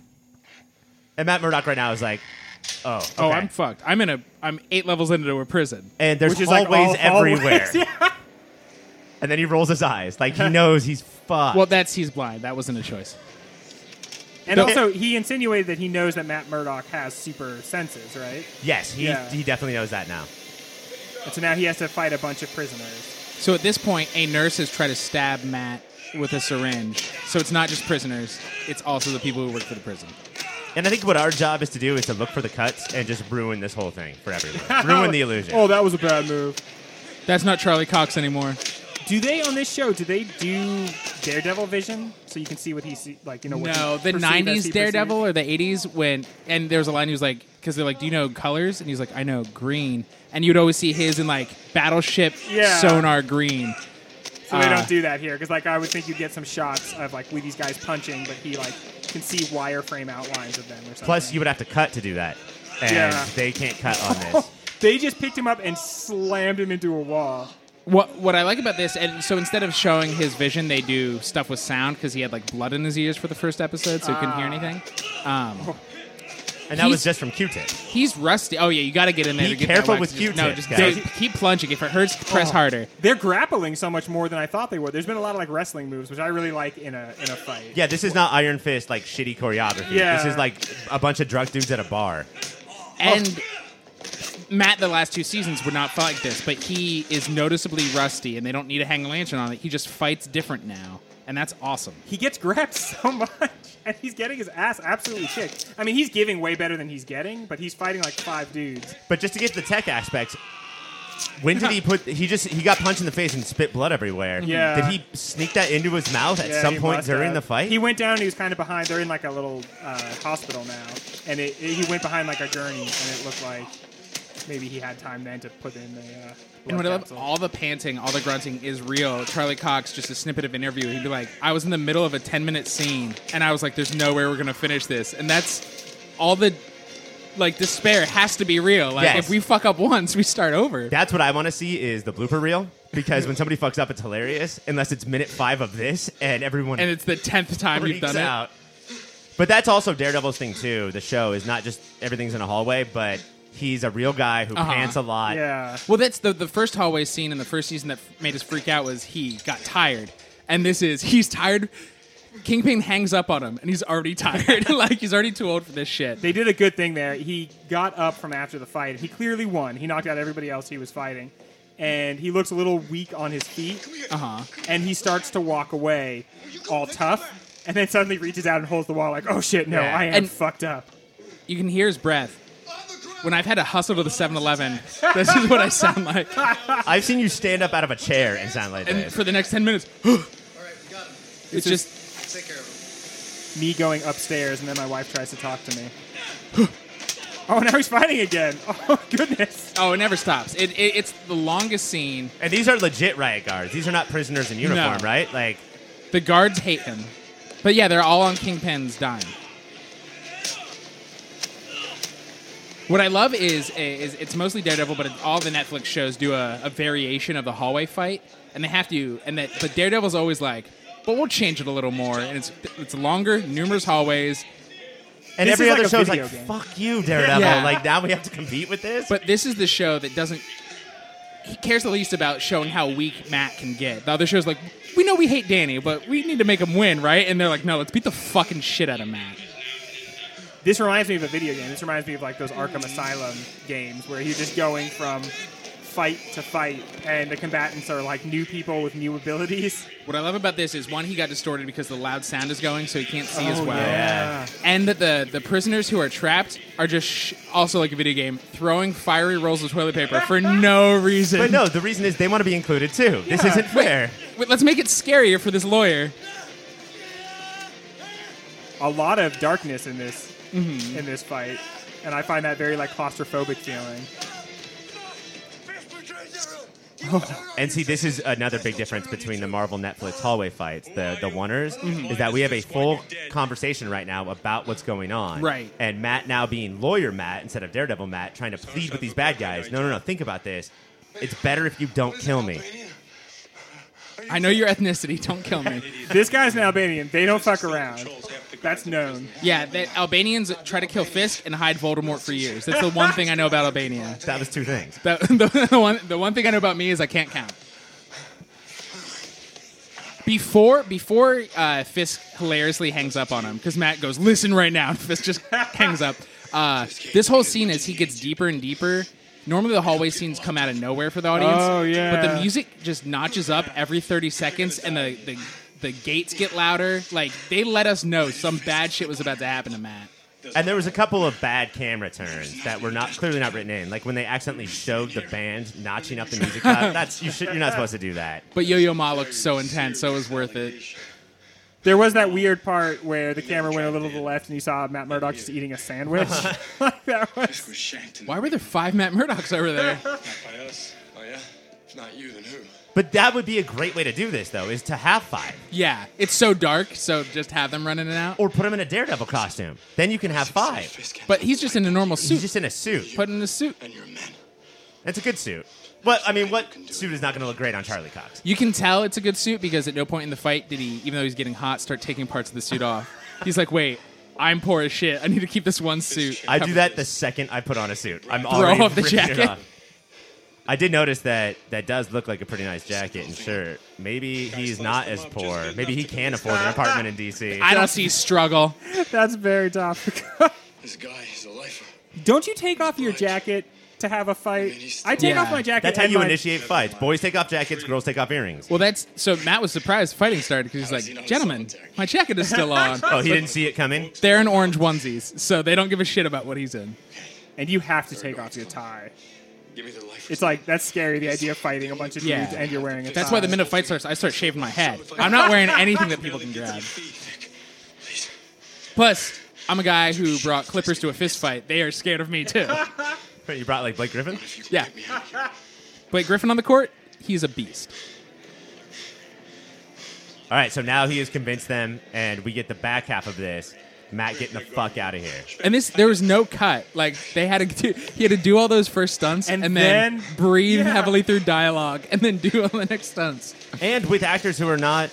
And Matt Murdock right now is like, oh, okay.
Oh, I'm fucked. I'm in a. I'm eight levels into a prison.
and there's
Which is like
hallways
all hallways.
everywhere.
<laughs> Yeah.
And then he rolls his eyes. Like, he knows he's fucked.
Well, that's he's blind. That wasn't a choice.
And also, he insinuated that he knows that Matt Murdock has super senses, right?
yes, he,
Yeah.
he definitely knows that now.
And so now he has to fight a bunch of prisoners.
So at this point, a nurse has tried to stab Matt with a syringe. So it's not just prisoners; it's also the people who work for the prison.
And I think what our job is to do is to look for the cuts and just ruin this whole thing for
<laughs>
everyone. ruin the illusion.
Oh. that was a bad move.
That's not Charlie Cox anymore.
Do they on this show? Do they do Daredevil vision so you can see what he see? Like you know, what
No,
he
the
perceived as he
'90s
perceived?
Daredevil or the '80s when, and there was a line he was like, because they're like, "Do you know colors?" And he's like, "I know green." And you'd always see his in like Battleship
Yeah.
sonar green.
So they
Uh,
Ah.
don't do that here because, like, I would think you'd get some shots of like with these guys punching, but he like can see wireframe outlines of them or something.
Plus, you would have to cut to do that. And
Yeah.
they can't cut on this.
they just picked him up and slammed him into a wall.
What what I like about this, and so instead of showing his vision, they do stuff with sound because he had like blood in his ears for the first episode, so he couldn't hear anything. Um,
And that was
He's-
just from Q-Tip.
he's rusty. Oh yeah, you got to get in there.
Be
to get
careful
that wax.
with Q-tip,
No, just
guys.
do- keep plunging. If it hurts, press
Oh.
harder.
They're grappling so much more than I thought they would. There's been a lot of like wrestling moves, which I really like in a in a fight.
Yeah, this is not Iron Fist like shitty choreography.
Yeah.
This is like a bunch of drunk dudes at a bar.
And
Oh.
Matt, the last two seasons were not like this, but he is noticeably rusty, and they don't need to hang a lantern on it. He just fights different now, and that's awesome.
he gets grabbed <laughs> so much, and he's getting his ass absolutely kicked. I mean, he's giving way better than he's getting, but he's fighting like five dudes.
But just to get to the tech aspects, when did he put he just he got punched in the face and spit blood everywhere.
Mm-hmm. Yeah.
Did he sneak that into his mouth at
Yeah,
some
he
point
must
during
have.
the fight?
He went down. and He was kind of behind. They're in like a little uh, hospital now, and it, it- he went behind like a gurney, and it looked like maybe he had time then to put in the. Uh, blood
And what I love,
capsule.
all the panting, all the grunting is real. Charlie Cox, just a snippet of an interview, he'd be like, I was in the middle of a 10 minute scene, and I was like, there's no way we're going to finish this. And that's all the, like, despair has to be real. Like,
Yes.
if we fuck up once, we start over.
That's what I want to see is the blooper reel because when somebody fucks up, it's hilarious. Unless it's minute five of this and everyone
and it's the 10th time you've
freaks
done it.
out. But that's also Daredevil's thing too. The show is not just everything's in a hallway, but he's a real guy who
Uh-huh.
pants a lot.
yeah.
Well, that's the the first hallway scene in the first season that f- made us freak out was he got tired, and this is he's tired. Kingpin hangs up on him, and he's already <laughs> tired. like he's already too old for this shit.
They did a good thing there. He got up from after the fight. and He clearly won. He knocked out everybody else he was fighting, and he looks a little weak on his feet. Uh-huh.
Uh huh.
and he starts to walk away all tough and then suddenly reaches out and holds the wall like oh shit no
Yeah.
i am
And-
fucked up
You can hear his breath. When I've had to hustle to the 7-Eleven, this is what I sound like.
I've seen you stand up out of a chair and sound like
And
this.
for the next 10 minutes, <gasps>
All right, we got him.
it's just
Take care of him.
me going upstairs, and then my wife tries to talk to me. <gasps> oh, now he's fighting again. <laughs> Oh, goodness.
Oh, it never stops. It, it it's the longest scene.
and these are legit riot guards. These are not prisoners in uniform,
No.
right? Like,
The guards hate him, but yeah, they're all on Kingpin's dime. What I love is eh, is it's mostly Daredevil, but it, all the Netflix shows do a, a variation of the hallway fight, and they have to. And that, but Daredevil's always like, "But we'll change it a little more." And it's it's longer, numerous hallways.
and
This
every
is
other
like a
show's
video
like,
game.
"Fuck you, Daredevil!"
Yeah.
Like now we have to compete with this.
But this is the show that doesn't. He cares the least about showing how weak Matt can get. The other show's like, we know we hate Danny, but we need to make him win, right? And they're like, no, let's beat the fucking shit out of Matt.
This reminds me of a video game. This reminds me of like those Arkham Asylum games where you're just going from fight to fight, and the combatants are like new people with new abilities.
What I love about this is one, he got distorted because the loud sound is going, so he can't see
Oh,
as well.
yeah.
And that the, the prisoners who are trapped are just, sh- also like a video game, throwing fiery rolls of toilet paper for no reason.
But no, the reason is they want to be included too. This isn't fair.
Wait, let's make it scarier for this lawyer.
A lot of darkness in this in this fight, and I find that very like claustrophobic feeling.
And see, this is another big difference between the Marvel Netflix hallway fights, the the oneers,
Mm-hmm.
is that we have a full conversation right now about what's going on.
Right.
And Matt now being lawyer Matt instead of Daredevil Matt, trying to plead with these bad guys. No, no, no. Think about this. It's better if you don't kill me.
I know your ethnicity, <laughs> don't
<laughs>
kill me.
This guy's an Albanian. They don't fuck around. That's known.
Yeah, the Albanians try to kill Fisk and hide Voldemort for years. That's the one thing I know about Albania.
That was two things.
The, the, <laughs> the one, the one thing I know about me is I can't count. Before before uh, Fisk hilariously hangs up on him because Matt goes, "Listen right now." <laughs> and Fisk just hangs up. Uh, this whole scene as he gets deeper and deeper. Normally the hallway scenes come out of nowhere for the audience.
Oh, yeah.
But the music just notches up every thirty seconds, and the the, the gates get louder. Like they let us know some bad shit was about to happen to Matt.
And there was a couple of bad camera turns that were not clearly not written in. Like when they accidentally showed the band notching up the music
<laughs>
up. That's you should, you're not supposed to do that.
But Yo Yo Ma looked so intense, so it was worth it.
There was that weird part where the camera went a little to the left and you saw Matt Murdock just eating a sandwich. like that was.
Why were there five Matt Murdochs over there?
By us? Oh yeah. If not you, then who?
But that would be a great way to do this though, is to have five.
Yeah, it's so dark, so just have them running it out.
or put him in a daredevil costume. Then you can have five.
Fisk and-
But he's just in a normal
He's
suit.
just in a suit.
Put in a suit.
and you're a man.
That's a good suit. What I mean, what suit is not going to look great on Charlie Cox?
You can tell it's a good suit because at no point in the fight did he, even though he's getting hot, start taking parts of the suit off. He's like, wait, I'm poor as shit. I need to keep this one suit.
I do that the second I put on a suit. I'm
Throw
already
off the
ripping it
jacket.
off. I did notice that that does look like a pretty nice jacket and shirt. Maybe he's not as poor. Maybe he can afford an apartment in DC.
I don't see struggle.
That's very topical. <laughs>
This guy is a lifer.
Don't you take off your jacket to have a fight? I take
Yeah.
off my jacket.
That's how
and
you
my-
initiate fights. Boys take off jackets, girls take off earrings.
Well, that's so Matt was surprised fighting started because he's like, gentlemen, my jacket is still on.
Oh, he didn't see it coming.
They're in orange onesies, so they don't give a shit about what he's in.
And you have to take off your tie.
Give me the lifer.
It's like that's scary. The idea of fighting a bunch of
Yeah.
dudes and you're wearing a tie.
That's why the minute fight starts, I start shaving my head. I'm not wearing anything that people can grab.
Please.
Plus, I'm a guy who brought clippers to a fist fight. They are scared of me too.
<laughs>
You brought like Blake Griffin.
If you
Yeah.
get me out of here,
Blake Griffin on the court, he's a beast.
All right, so now he has convinced them, and we get the back half of this. Matt getting the fuck out of here.
And this, there was no cut. Like they had to, <laughs> do, he had to do all those first stunts and,
And
then,
then-
breathe
yeah.
heavily through dialogue and then do all the next stunts.
and with actors who are not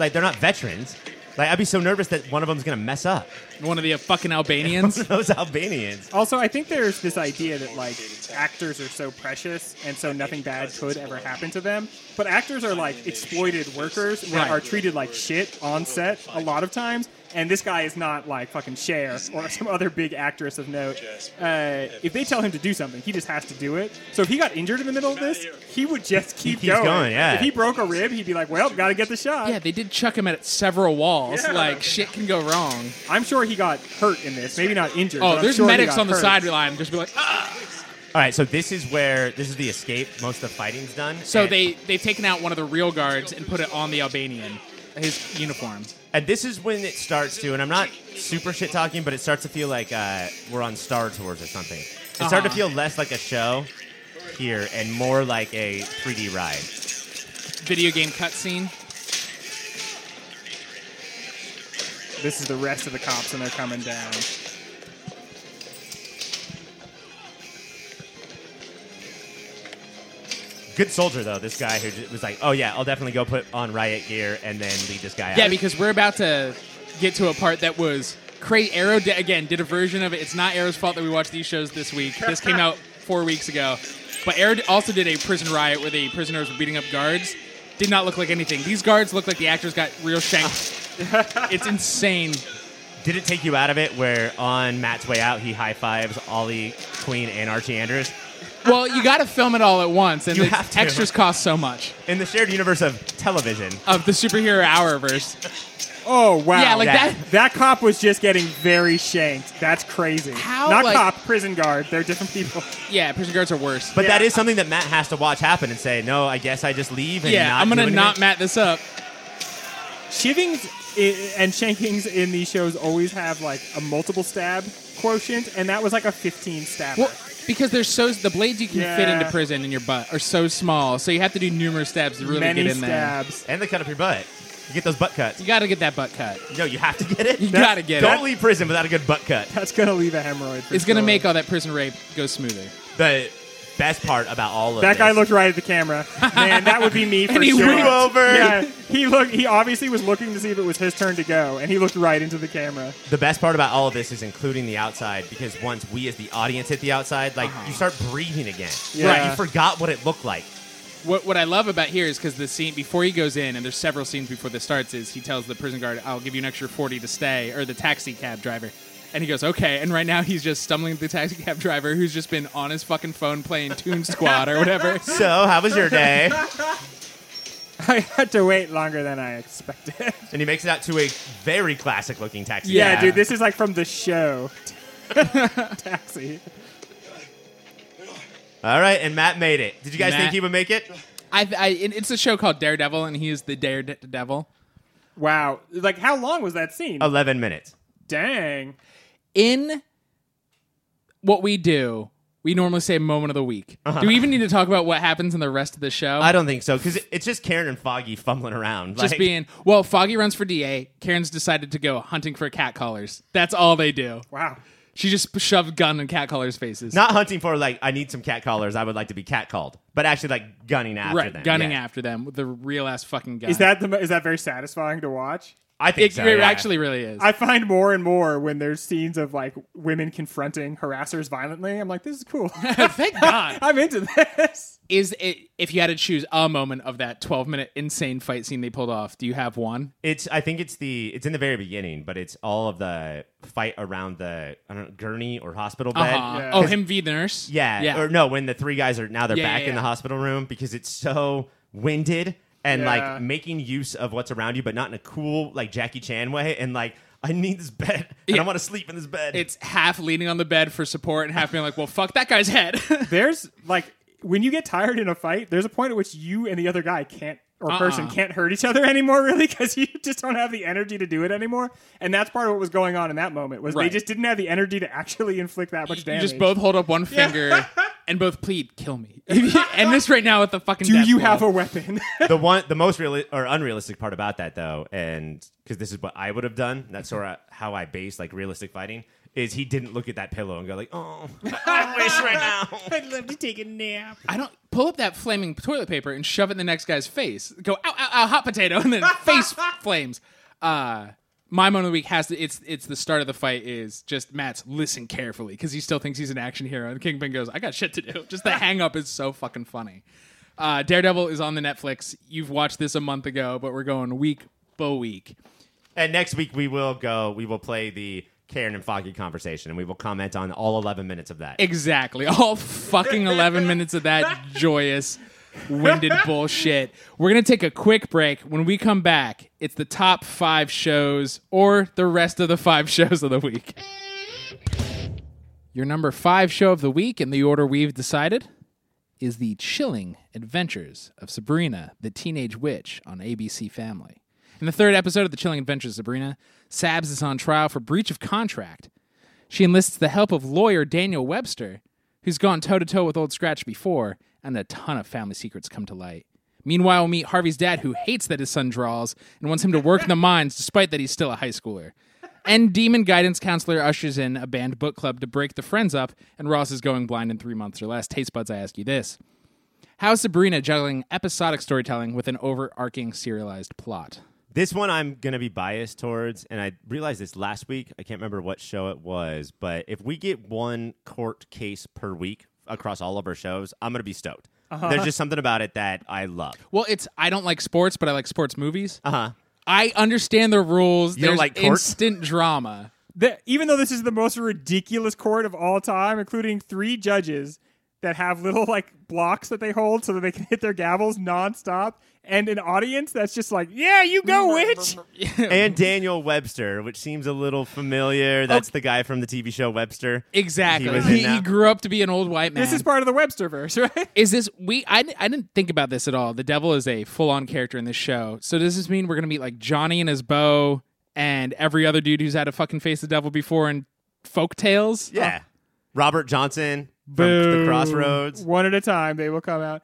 like they're not veterans. Like I'd be so nervous that one of them's gonna mess up. <laughs>
One of the
<laughs>
fucking Albanians.
Those Albanians.
Also, I think there's this idea that like actors are so precious and so nothing bad could ever happen to them. But actors are like exploited workers that
Right.
are treated like shit on set a lot of times. And this guy is not like fucking Cher or some other big actress of note. Uh, if they tell him to do something, he just has to do it. So if he got injured in the middle of this, he would just keep
keeps
going.
going, yeah.
If he broke a rib, he'd be like, "Well, got to get the shot."
yeah, they did chuck him at several walls. balls. Like shit can go wrong.
I'm sure he got hurt in this. Maybe not injured. but
Oh,
I'm
there's
sure he
medics
got
on the
hurt.
sideline just be like, "Ah."
All right, so this is where this is the escape. Most of the fighting's done.
so
and,
they they've taken out one of the real guards and put it on the Albanian, his uniform.
and this is when it starts to. And I'm not super shit talking, but it starts to feel like uh, we're on Star Tours or something. It started to
Uh-huh.
feel less like a show here and more like a 3D ride.
Video game cutscene.
This is the rest of the cops, and they're coming down.
Good soldier though, this guy who j- was like, "Oh yeah, I'll definitely go put on riot gear and then lead this guy out."
Yeah, because we're about to get to a part that was Cray Arrow di- again did a version of it. It's not Arrow's fault that we watched these shows this week. This came out four weeks ago, but Arrow d- also did a prison riot where the prisoners were beating up guards. Did not look like anything. These guards look like the actors got real shanked.
<laughs>
it's insane.
Did it take you out of it where on Matt's way out he high fives Ollie Queen and Archie Andrews?
Well, you got to film it all at once, and
You
the
have to.
extras cost so much
In the shared universe of television,
of the superhero hourverse.
Oh wow!
Yeah, like
Yeah.
that.
that cop was just getting very shanked. That's crazy.
How,
Not
like-
cop, prison guard. They're different people.
Yeah, prison guards are worse.
but that
Yeah.
is something that Matt has to watch happen and say, "No, I guess I just leave." And
yeah,
not
I'm gonna
do
not
anything."
mat this up.
Shivings i- and shankings in these shows always have like a multiple stab quotient, and that was like a 15 stabber.
Well, because there's so the blades you can fit
Yeah.
into prison in your butt are so small, so you have to do numerous stabs to really
Many
get in there.
stabs.
and they cut up your butt. You get those butt cuts.
You got to get that butt cut.
No, you have to get it.
You gotta get
Don't
it.
Don't leave prison without a good butt cut.
That's gonna leave a hemorrhoid. For
It's gonna
sure.
make all that prison rape go smoother.
The best part about all of
That guy
this-
looked right at the camera. Man, that would be me for
<laughs> And he
sure.
winked.
over.
Yeah, he looked. He obviously was looking to see if it was his turn to go, and he looked right into the camera. <laughs>
the best part about all of this is including the outside because once we as the audience hit the outside, like you start breathing again.
Yeah.
Like, you forgot what it looked like.
What what I love about here is because the scene before he goes in, and there's several scenes before this starts, is he tells the prison guard, "I'll give you an extra forty to stay," or the taxi cab driver. And he goes, okay. And right now he's just stumbling at the taxi cab driver who's just been on his fucking phone playing Toon Squad
<laughs>
or whatever.
So, how was your
<laughs>
day?
I had to wait longer than I expected.
and he makes it out to a very classic looking taxi.
Yeah,
cab.
dude, this is like from the show. <laughs> Taxi.
All right, and Matt made it. Did you guys
Matt-
think he would make it?
I, I, it- it's a show called Daredevil, and he is the Daredevil.
Wow. Like, how long was that scene?
11 minutes.
Dang.
in what we do, we normally say moment of the week. Do we even need to talk about what happens in the rest of the show?
Uh-huh. I don't think so because it's just Karen and Foggy fumbling around.
Just
like,
being, well, Foggy runs for DA. Karen's decided to go hunting for cat collars. That's all they do.
Wow.
She just shoved gun in cat collars' faces.
Not hunting for, like, I need some cat collars. I would like to be cat called, but actually, like, gunning after
right,
them.
gunning
yeah.
after them with the real ass fucking gun.
Is that the, mo- is that very satisfying to watch?
I think
It,
so.
it
yeah.
actually really is.
I find more and more when there's scenes of like women confronting harassers violently. I'm like, this is cool.
<laughs> Thank God.
I'm into this.
Is it if you had to choose a moment of that 12 minute insane fight scene they pulled off? Do you have one?
It's. I think it's the. It's in the very beginning, but it's all of the fight around the I don't know, gurney or hospital bed.
Uh-huh.
Yeah.
Oh, him v the nurse.
Yeah,
yeah.
Or no, when the three guys are now they're
Yeah,
back
yeah,
in the
yeah.
hospital room because it's so winded and
Yeah.
like making use of what's around you, but not in a cool like Jackie Chan way. And like, I need this bed. And
Yeah.
I want to sleep in this bed.
it's half leaning on the bed for support and half being like, "Well, fuck that guy's head."
There's like, when you get tired in a fight, there's a point at which you and the other guy can't or person
Uh-uh.
can't hurt each other <laughs> anymore really because you just don't have the energy to do it anymore and that's part of what was going on in that moment was they
Right.
just didn't have the energy to actually inflict that much
<laughs> you
damage
just both hold up
<laughs>
one finger and both plead, "Kill me." <laughs> End this right now with the fucking.
do
death
you
blow.
have a weapon
the one, the most real or unrealistic part about that though, and because this is what I would have done. That's sort of how I base like realistic fighting. Is he didn't look at that pillow and go like, oh, I wish right now.
<laughs> i'd love to take a nap
I don't pull up that flaming toilet paper and shove it in the next guy's face. Go ow ow ow hot potato <laughs> and then face flames. Uh my moment of the week has to it's it's the start of the fight is just Matt's listen carefully because he still thinks he's an action hero and Kingpin goes I got shit to do. <laughs> Just the hang up is so fucking funny. Uh, Daredevil is on the Netflix. You've watched this a month ago, but we're going week by week.
And next week we will go. We will play the Karen and Foggy conversation, and we will comment on all eleven minutes of that.
Exactly. All fucking 11 minutes of that joyous. winded bullshit. We're going to take a quick break. When we come back, it's the top five shows or the rest of the five <laughs> shows of the week. Your number five show of the week, in the order we've decided, is The Chilling Adventures of Sabrina, the Teenage Witch on ABC Family. In the third episode of The Chilling Adventures of Sabrina, Sabs is on trial for breach of contract. She enlists the help of lawyer Daniel Webster, who's gone toe to toe with Old Scratch before, and a ton of family secrets come to light. Meanwhile, we'll meet Harvey's dad, who hates that his son draws and wants him to work in the mines despite that he's still a high schooler. And demon guidance counselor ushers in a banned book club to break the friends up, and Ross is going blind in three months or less. Taste buds, I ask you this. How is Sabrina juggling episodic storytelling with an overarching serialized plot?
This one I'm going to be biased towards, and I realized this last week. I can't remember what show it was, but if we get one court case per week across all of our shows, I'm going to be stoked. There's just something about it that I love.
Well, it's I don't like sports, but I like sports movies.
Uh huh.
I understand the rules.
You don't
There's
like court?
instant drama.
The, even though this is the most ridiculous court of all time, including three judges that have little like blocks that they hold so that they can hit their gavels nonstop, and an audience that's just like, "Yeah, you go, witch."
<laughs> And Daniel Webster, which seems a little familiar.
Oh.
That's the guy from the TV show Webster.
Exactly.
He
He,
was in
he,
that.
grew up to be an old white man.
This is part of the Websterverse, <laughs> right?
Is this we? I, di- I didn't think about this at all. The devil is a full on character in this show. So does this mean we're gonna meet like Johnny and his beau and every other dude who's had to fucking face the devil before in folk tales?
Yeah. Robert Johnson from
Boo.
The Crossroads.
One at a time, they will come out.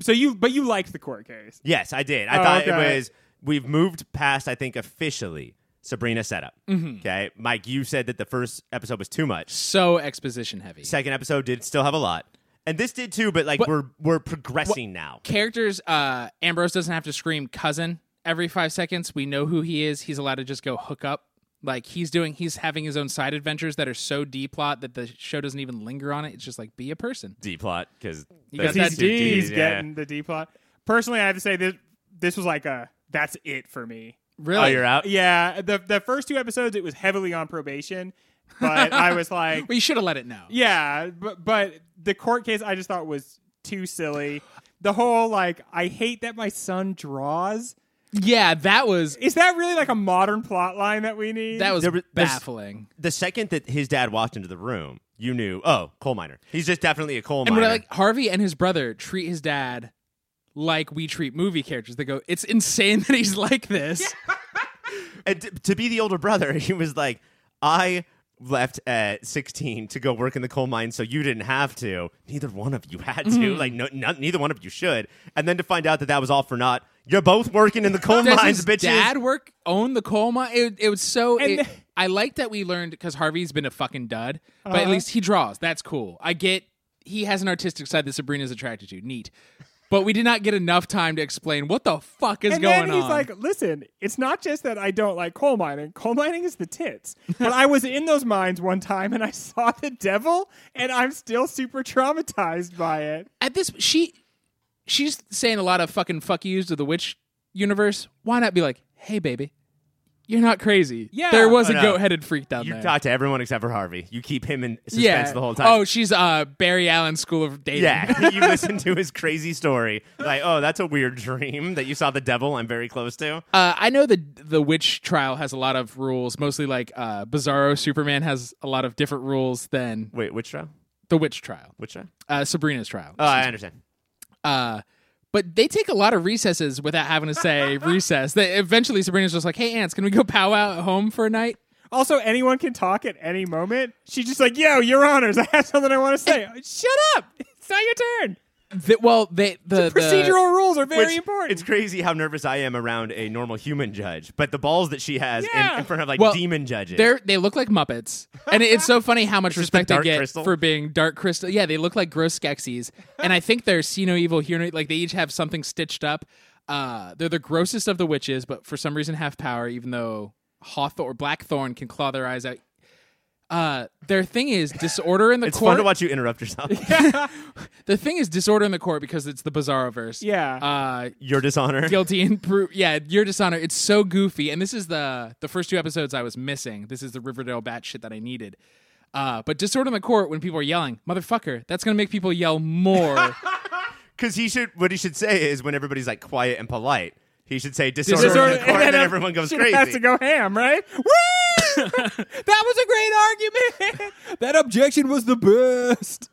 So you, but you liked the court case.
Yes, I did. I
Oh,
thought
okay.
it was. We've moved past, I think, officially Sabrina setup.
Mm-hmm.
Okay, Mike, you said that the first episode was too much.
So exposition heavy.
Second episode did still have a lot, and this did too. But like,
What-
we're we're progressing now.
Characters. Uh, Ambrose doesn't have to scream cousin every five seconds. We know who he is. He's allowed to just go hook up. Like he's doing. He's having his own side adventures that are so D plot that the show doesn't even linger on it. It's just like be a person.
D plot because
got
He's,
that dude,
he's getting the D plot. Personally, I have to say this. This was like a that's it for me.
Really?
Oh, you're out.
Yeah, the the first two episodes it was heavily on probation, but I
<laughs>
was like,
Well, you should have let it know.
yeah, but but the court case I just thought was too silly. The whole like I hate that my son draws.
Yeah, that was
Is that really like a modern plot line that we need?
that was
There was- there's-
baffling.
The second that his dad walked into the room, you knew. Oh, coal miner. He's just definitely a coal
And
miner.
what I like, Harvey and his brother treat his dad like we treat movie characters. They go, "It's insane <laughs> that he's like this."
And t- to be the older brother, <laughs> he was like, I left at 16 to go work in the coal mine so you didn't have to neither one of you had to
Mm-hmm.
like no, no neither one of you should and then to find out that that was all for naught you're both working in the
<laughs>
coal
Does
mines
his
bitches
dad work own the coal mine? It, it was so.
And
it-
the-
I like that we learned because Harvey's been a fucking dud, but
Uh-huh.
at least he draws. That's cool. I get he has an artistic side that Sabrina's attracted to. Neat. But we did not get enough time to explain what the fuck is
and
going
then he's
on.
like, "Listen, it's not just that I don't like coal mining. Coal mining is the tits. But I was in those mines one time and I saw the devil, and I'm still super traumatized by it."
at this she she's saying a lot of fucking fuck yous to the witch universe. Why not be like, hey baby, you're not crazy.
Yeah.
There was
Oh,
a
no.
goat headed freak down
you
there.
talk to everyone except for harvey you keep him in suspense
yeah.
the whole time
Oh, she's uh Barry Allen School of Dating. <laughs>
yeah <laughs> you listen to his crazy story like oh that's a weird dream that you saw the devil i'm very close to
Uh, I know the the witch trial has a lot of rules, mostly like uh, Bizarro Superman has a lot of different rules than
wait which trial
the witch trial,
which trial
uh, Sabrina's trial.
oh i understand
Uh, but they take a lot of recesses without having to <laughs> say recess. They, eventually, Sabrina's just like, "Hey, ants, can we go powwow at home for a night?"
Also, anyone can talk at any moment. She's just like, "Yo, your honors, <laughs> I have something I want to say." Shut up! It's not your turn.
The, well, they the the-
Procedural rules are very
Which,
important.
It's crazy how nervous I am around a normal human judge, but the balls that she has in-
Yeah.
in, front of like
Well,
demon judges.
They're they look like Muppets, and it's so funny
<laughs>
how much
just the
respect they
dark
get
crystal?
for being dark crystal. Yeah, they look like gross Skeksis, and I think they're see no evil, hear no like they each have something stitched up. Uh, they're the grossest of the witches, but for some reason have power, even though Hawthorne or Blackthorn can claw their eyes out. Uh, their thing is disorder in the
it's
court.
fun to watch you interrupt
<laughs>
yourself.
The thing is disorder in the court because it's the Bizarro verse.
Yeah.
Uh,
Your dishonor.
guilty and pro- yeah your dishonor it's so goofy and this is the the first two episodes i was missing this is the riverdale bat shit that i needed
<laughs>
uh, but disorder in the court when people are yelling motherfucker that's gonna make people yell more
Because he should, what he should say is when everybody's like quiet and polite, he should say disorder, in the court,
<laughs>
and then everyone goes crazy.
Has to go ham, right? Woo! that was a great argument. that objection was the best.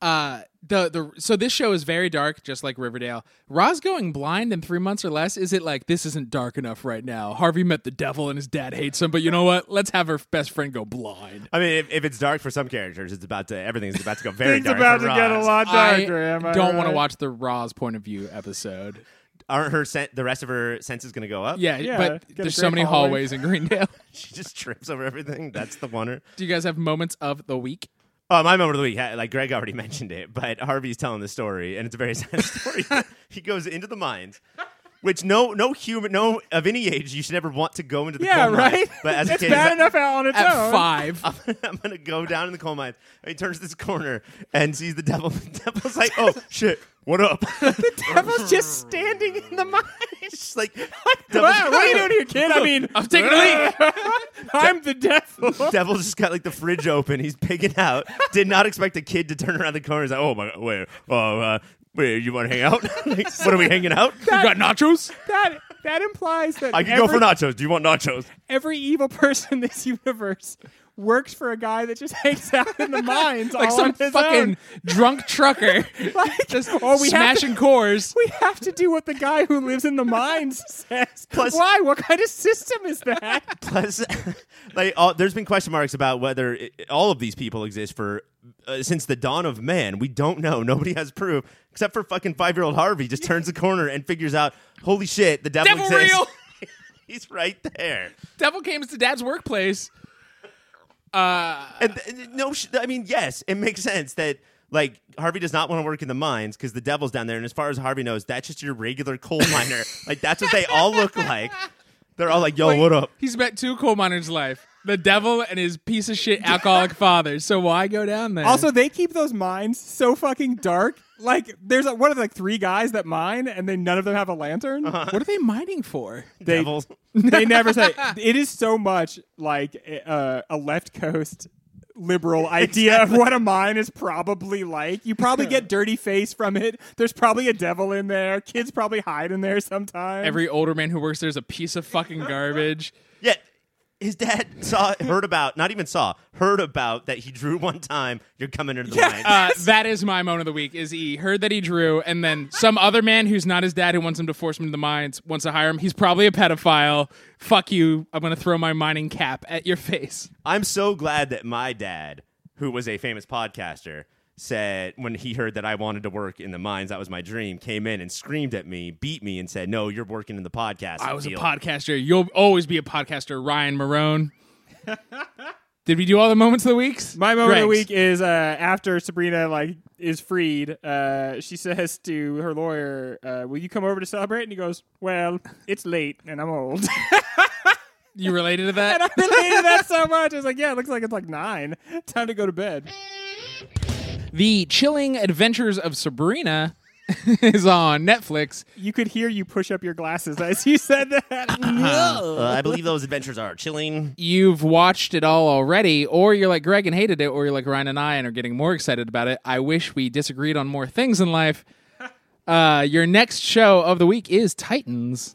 Uh, the the so this show is very dark, just like Riverdale. Roz going blind in three months or less. Is it like this isn't dark enough right now? Harvey met the devil and his dad hates him, but you know what? Let's have her best friend go blind.
I mean, if, if it's dark for some characters, it's about to everything's about to go very
It's
dark.
about to
for
get a
Roz.
lot darker.
I
am I
don't want to
right?
watch the Roz point of view episode.
Aren't her sen- the rest of her senses going to go up?
Yeah,
Yeah,
but
get a
there's
great
so many
hallway.
hallways in
<laughs>
Greendale.
she just trips over everything. That's the one.
Do you guys have moments of the week?
Oh, my moment of the week, ha- like Greg already <laughs> mentioned it, but Harvey's telling the story, and it's a very <laughs> sad
<laughs>
story. he goes into the mines, which no no human, no of any age, you should ever want to go into the
Yeah,
coal mine.
right.
But as
it's
a kid, he's
bad
like,
enough out on its
At
own. <laughs>
five,
<laughs> I'm gonna go down in the coal mines. And he turns this corner and sees the devil. <laughs> The devil's like,
<laughs>
"Oh shit, what up?" <laughs> the
Devil's just standing in
<laughs>
the mine.
just like, <laughs>
Wow, what are you doing here, kid? I mean,
I'm taking a leak.
<laughs> I'm the devil.
Devil just got like the fridge open. He's picking out. Did not expect a kid to turn around the corner. He's like, "Oh my god, wait, oh, uh, wait, you want to hang out? <laughs> Like, what are we hanging out?
You got nachos?
That that implies that
I can
every,
go for nachos. Do you want nachos?
every evil person in this universe works for a guy that just <laughs> hangs out in the mines
Like
all
some
on his
fucking
own. <laughs>
drunk trucker
Like,
just
or we have to-
smashing
<laughs>
cores.
We have to do what the guy who lives in the <laughs> mines says.
Plus-
Why? What kind of system is that?
Plus, <laughs> like, all, there's been question marks about whether i all of these people exist for uh, since the dawn of man. We don't know. Nobody has proof except for fucking five year old Harvey. Just turns the corner and figures out, holy shit, the devil,
Devil
exists.
real.
<laughs> He's right there.
Devil came to dad's workplace.
And th- and no, sh- I mean, yes, it makes sense that like Harvey does not want to work in the mines because the devil's down there. And as far as Harvey knows, that's just your regular coal miner. like that's what they all look like. They're all like, "Yo, what up?"
He's met two coal miners' in life: the devil and his piece of shit
<laughs>
alcoholic father. So why go down there?
<laughs> Also, they keep those mines so fucking dark. Like, there's a, what are the, like three guys that mine, and then none of them have a lantern.
what are they
<laughs>
mining for?
They,
Uh-huh. Devils.
they never say. It is so much like uh, a left coast liberal idea of what a mine is probably like. You probably get dirty face from it. There's probably a devil in there. Kids probably hide in there sometimes.
Every older man who works there is a piece of fucking garbage.
Yeah, his dad <laughs> saw, heard about, not even saw, heard about that he drew one time. You're coming into the mines.
Uh, that is my moment of the week. Is he heard that he drew, and then some other man who's not his dad who wants him to force him into the mines wants to hire him. He's probably a pedophile. Fuck you! I'm gonna throw my mining cap at your face.
I'm so glad that my dad, who was a famous podcaster, said when he heard that I wanted to work in the mines, that was my dream, came in and screamed at me, beat me, and said, "No, you're working in the podcast."
I was a
field."
podcaster. You'll always be a podcaster, Ryan
<laughs>
Marone. Did we do all the moments of the weeks?
My moment of the
Greg's.
week is uh, after Sabrina like is freed. Uh, she says to her lawyer, uh, "Will you come over to celebrate?" And he goes, "Well, it's late and I'm old." <laughs>
You related to that?
and <laughs> I related to that so much. I was like, "Yeah, it looks like it's like nine. Time to go to bed."
The Chilling Adventures of Sabrina <laughs> is on Netflix.
You could hear you push up your glasses as you said that.
Uh, I believe those adventures are
<laughs>
chilling.
You've watched it all already, or you're like Greg and hated it, or you're like Ryan and I and are getting more excited about it. I wish we disagreed on more things
<laughs>
in life. Uh, your next show of the week is Titans.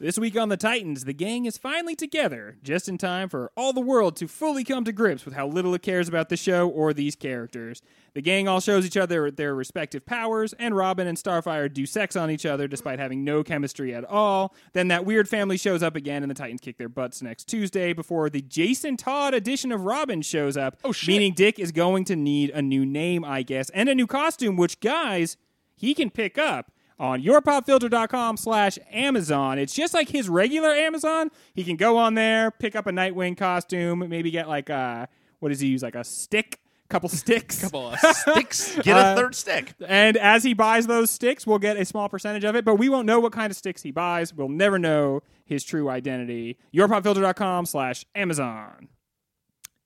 <laughs> This week on the Titans, the gang is finally together, just in time for all the world to fully come to grips with how little it cares about the show or these characters. The gang all shows each other their respective powers, and Robin and Starfire do sex on each other despite having no chemistry at all. Then that weird family shows up again, and the Titans kick their butts next Tuesday before the Jason Todd edition of Robin shows up. Oh,
shit.
Meaning Dick is going to need a new name, I guess, and a new costume, which, guys, he can pick up on yourpopfilter.com slash Amazon. It's just like his regular Amazon. He can go on there, pick up a Nightwing costume, maybe get like a, what does he use, like a stick? Couple <laughs> sticks.
Couple of sticks.
Get a third stick.
And as he buys those sticks, we'll get a small percentage of it, but we won't know what kind of sticks he buys. We'll never know his true identity. Yourpopfilter.com slash Amazon.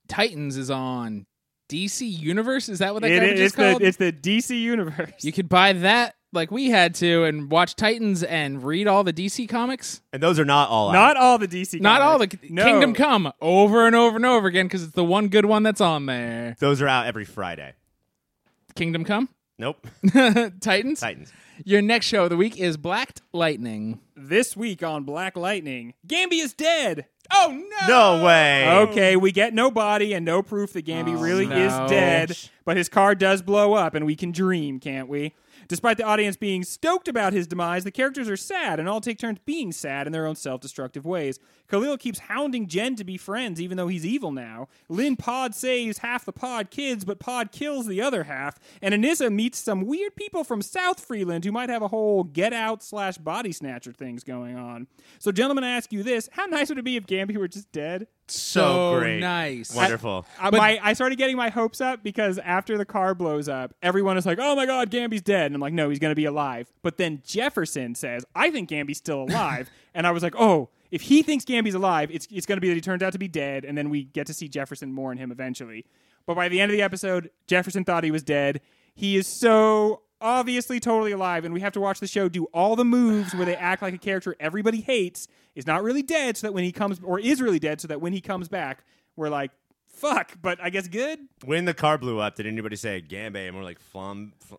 Titans is on DC Universe. Is that what that
It-
garbage
it's,
is called?
the, it's the DC universe.
you could buy that like we had to and watch Titans and read all the DC comics.
And those are not all. out.
Not all the DC.
Not all the
comics. No.
Kingdom Come over and over and over again because it's the one good one that's on there.
Those are out every Friday.
Kingdom Come. <laughs>
Nope.
Titans?
Titans.
Your next show of the week is Blacked Lightning.
This week on Black Lightning, Gambi is dead.
Oh, no.
No way.
Okay, we get no body and no proof that Gambi really
no.
is dead, but his car does blow up and we can dream, can't we? Despite the audience being stoked about his demise, the characters are sad and all take turns being sad in their own self destructive ways. Khalil keeps hounding Jen to be friends, even though he's evil now. Lynn Pod saves half the Pod kids, but Pod kills the other half. And Anissa meets some weird people from South Freeland who might have a whole get out slash body snatcher things going on. So, gentlemen, I ask you this how nice would it be if Gambi were just dead?
So,
great.
nice.
Wonderful.
I, my, I started getting my hopes up because after the car blows up, everyone is like, "Oh my God, Gamby's dead," and I'm like, "No, he's going to be alive." But then Jefferson says, "I think Gamby's still alive," and I was like, "Oh, if he thinks Gamby's alive, it's it's going to be that he turns out to be dead, and then we get to see Jefferson mourn him eventually." But by the end of the episode, Jefferson thought he was dead. He is so obviously totally alive, and we have to watch the show do all the moves where they act like a character everybody hates is not really dead, so that when he comes or is really dead, so that when he comes back, we're like fuck, but I guess good.
When the car blew up, did anybody say Gambe? And we're like, Flum, fl-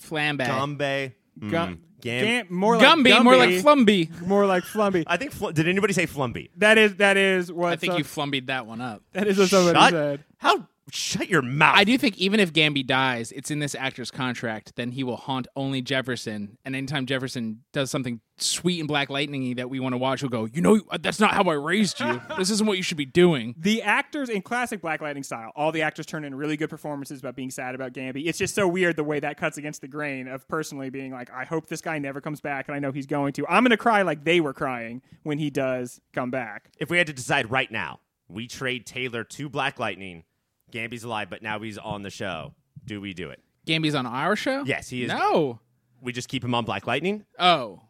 Flambe.
Gombe?
Gum,
Gam-
Gam- more like
Gumby, more like
Gumby,
Flumby.
more like Flumby.
I think, fl- did anybody say Flumby?
That is that is what
I think
some-
you flumbied that one up.
that is what somebody
Shut,
said.
how, shut your mouth.
I do think even if Gamby dies, it's in this actor's contract, then he will haunt only Jefferson. And anytime Jefferson does something sweet and black lightningy that we want to watch, he'll go, You know, uh, that's not how I raised <laughs> you. This isn't what you should be doing.
The actors in classic Black Lightning style, all the actors turn in really good performances about being sad about Gamby. It's just so weird the way that cuts against the grain of personally being like, I hope this guy never comes back, and I know he's going to. I'm gonna cry like they were crying when he does come back.
if we had to decide right now, we trade Taylor to Black Lightning. Gamby's alive, but now he's on the show. Do we do it?
Gamby's on our show?
Yes, he is.
No.
We just keep him on Black Lightning.
Oh.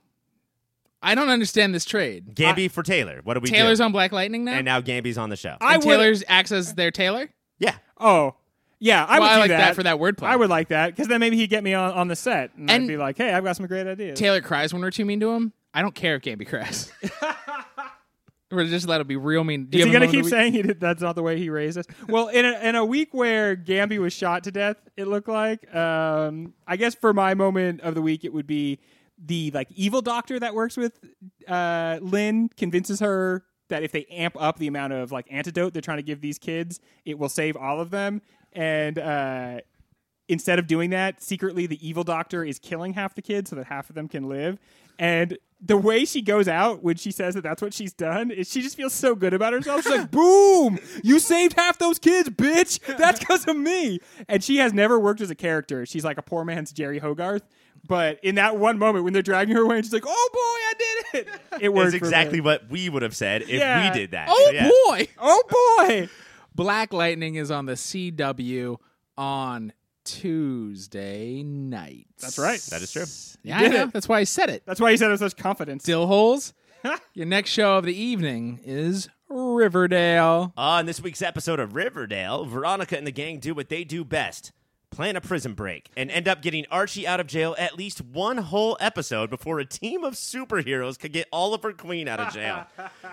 I don't understand this trade.
Gamby for Taylor. What do we
Taylor's
do?
on Black Lightning now?
and now Gamby's on the show.
I
And
would-
Taylor's acts as their Taylor?
yeah.
Oh. Yeah, I
Well,
would
I
do
like that for that wordplay.
I would like that because then maybe he'd get me on, on the set and,
And-
I'd be like, "Hey, I've got some great ideas."
Taylor cries when we're too mean to him. I don't care if
<laughs>
Gamby cries. we're just let it be real mean. Do
Is
you
he
have a
going to
moment
keep
of the
saying
week?
he did, that's not the way he raised us? Well, in a, in a week where Gamby was shot to death, it looked like. Um, I guess for my moment of the week, it would be the like evil doctor that works with uh, Lynn convinces her that if they amp up the amount of like antidote they're trying to give these kids, it will save all of them. And uh, instead of doing that, secretly the evil doctor is killing half the kids so that half of them can live. And the way she goes out when she says that that's what she's done is she just feels so good about herself. She's like, boom, you saved half those kids, bitch. That's because of me. And she has never worked as a character. She's like a poor man's Jerry Hogarth. But in that one moment when they're dragging her away and she's like, oh boy, I did it. It works.
That's exactly what we would have said if
Yeah.
we did that.
Oh,
Yeah.
boy.
Oh boy.
Black Lightning is on the CW on Tuesday night.
That's right.
That is true.
Yeah, I
did
know.
it.
That's why I said it.
That's why he said it with such confidence. <laughs>
Dill holes. Your next show of the evening is Riverdale.
On this week's episode of Riverdale, Veronica and the gang do what they do best plan a prison break and end up getting Archie out of jail at least one whole episode before a team of superheroes could get Oliver Queen out of jail.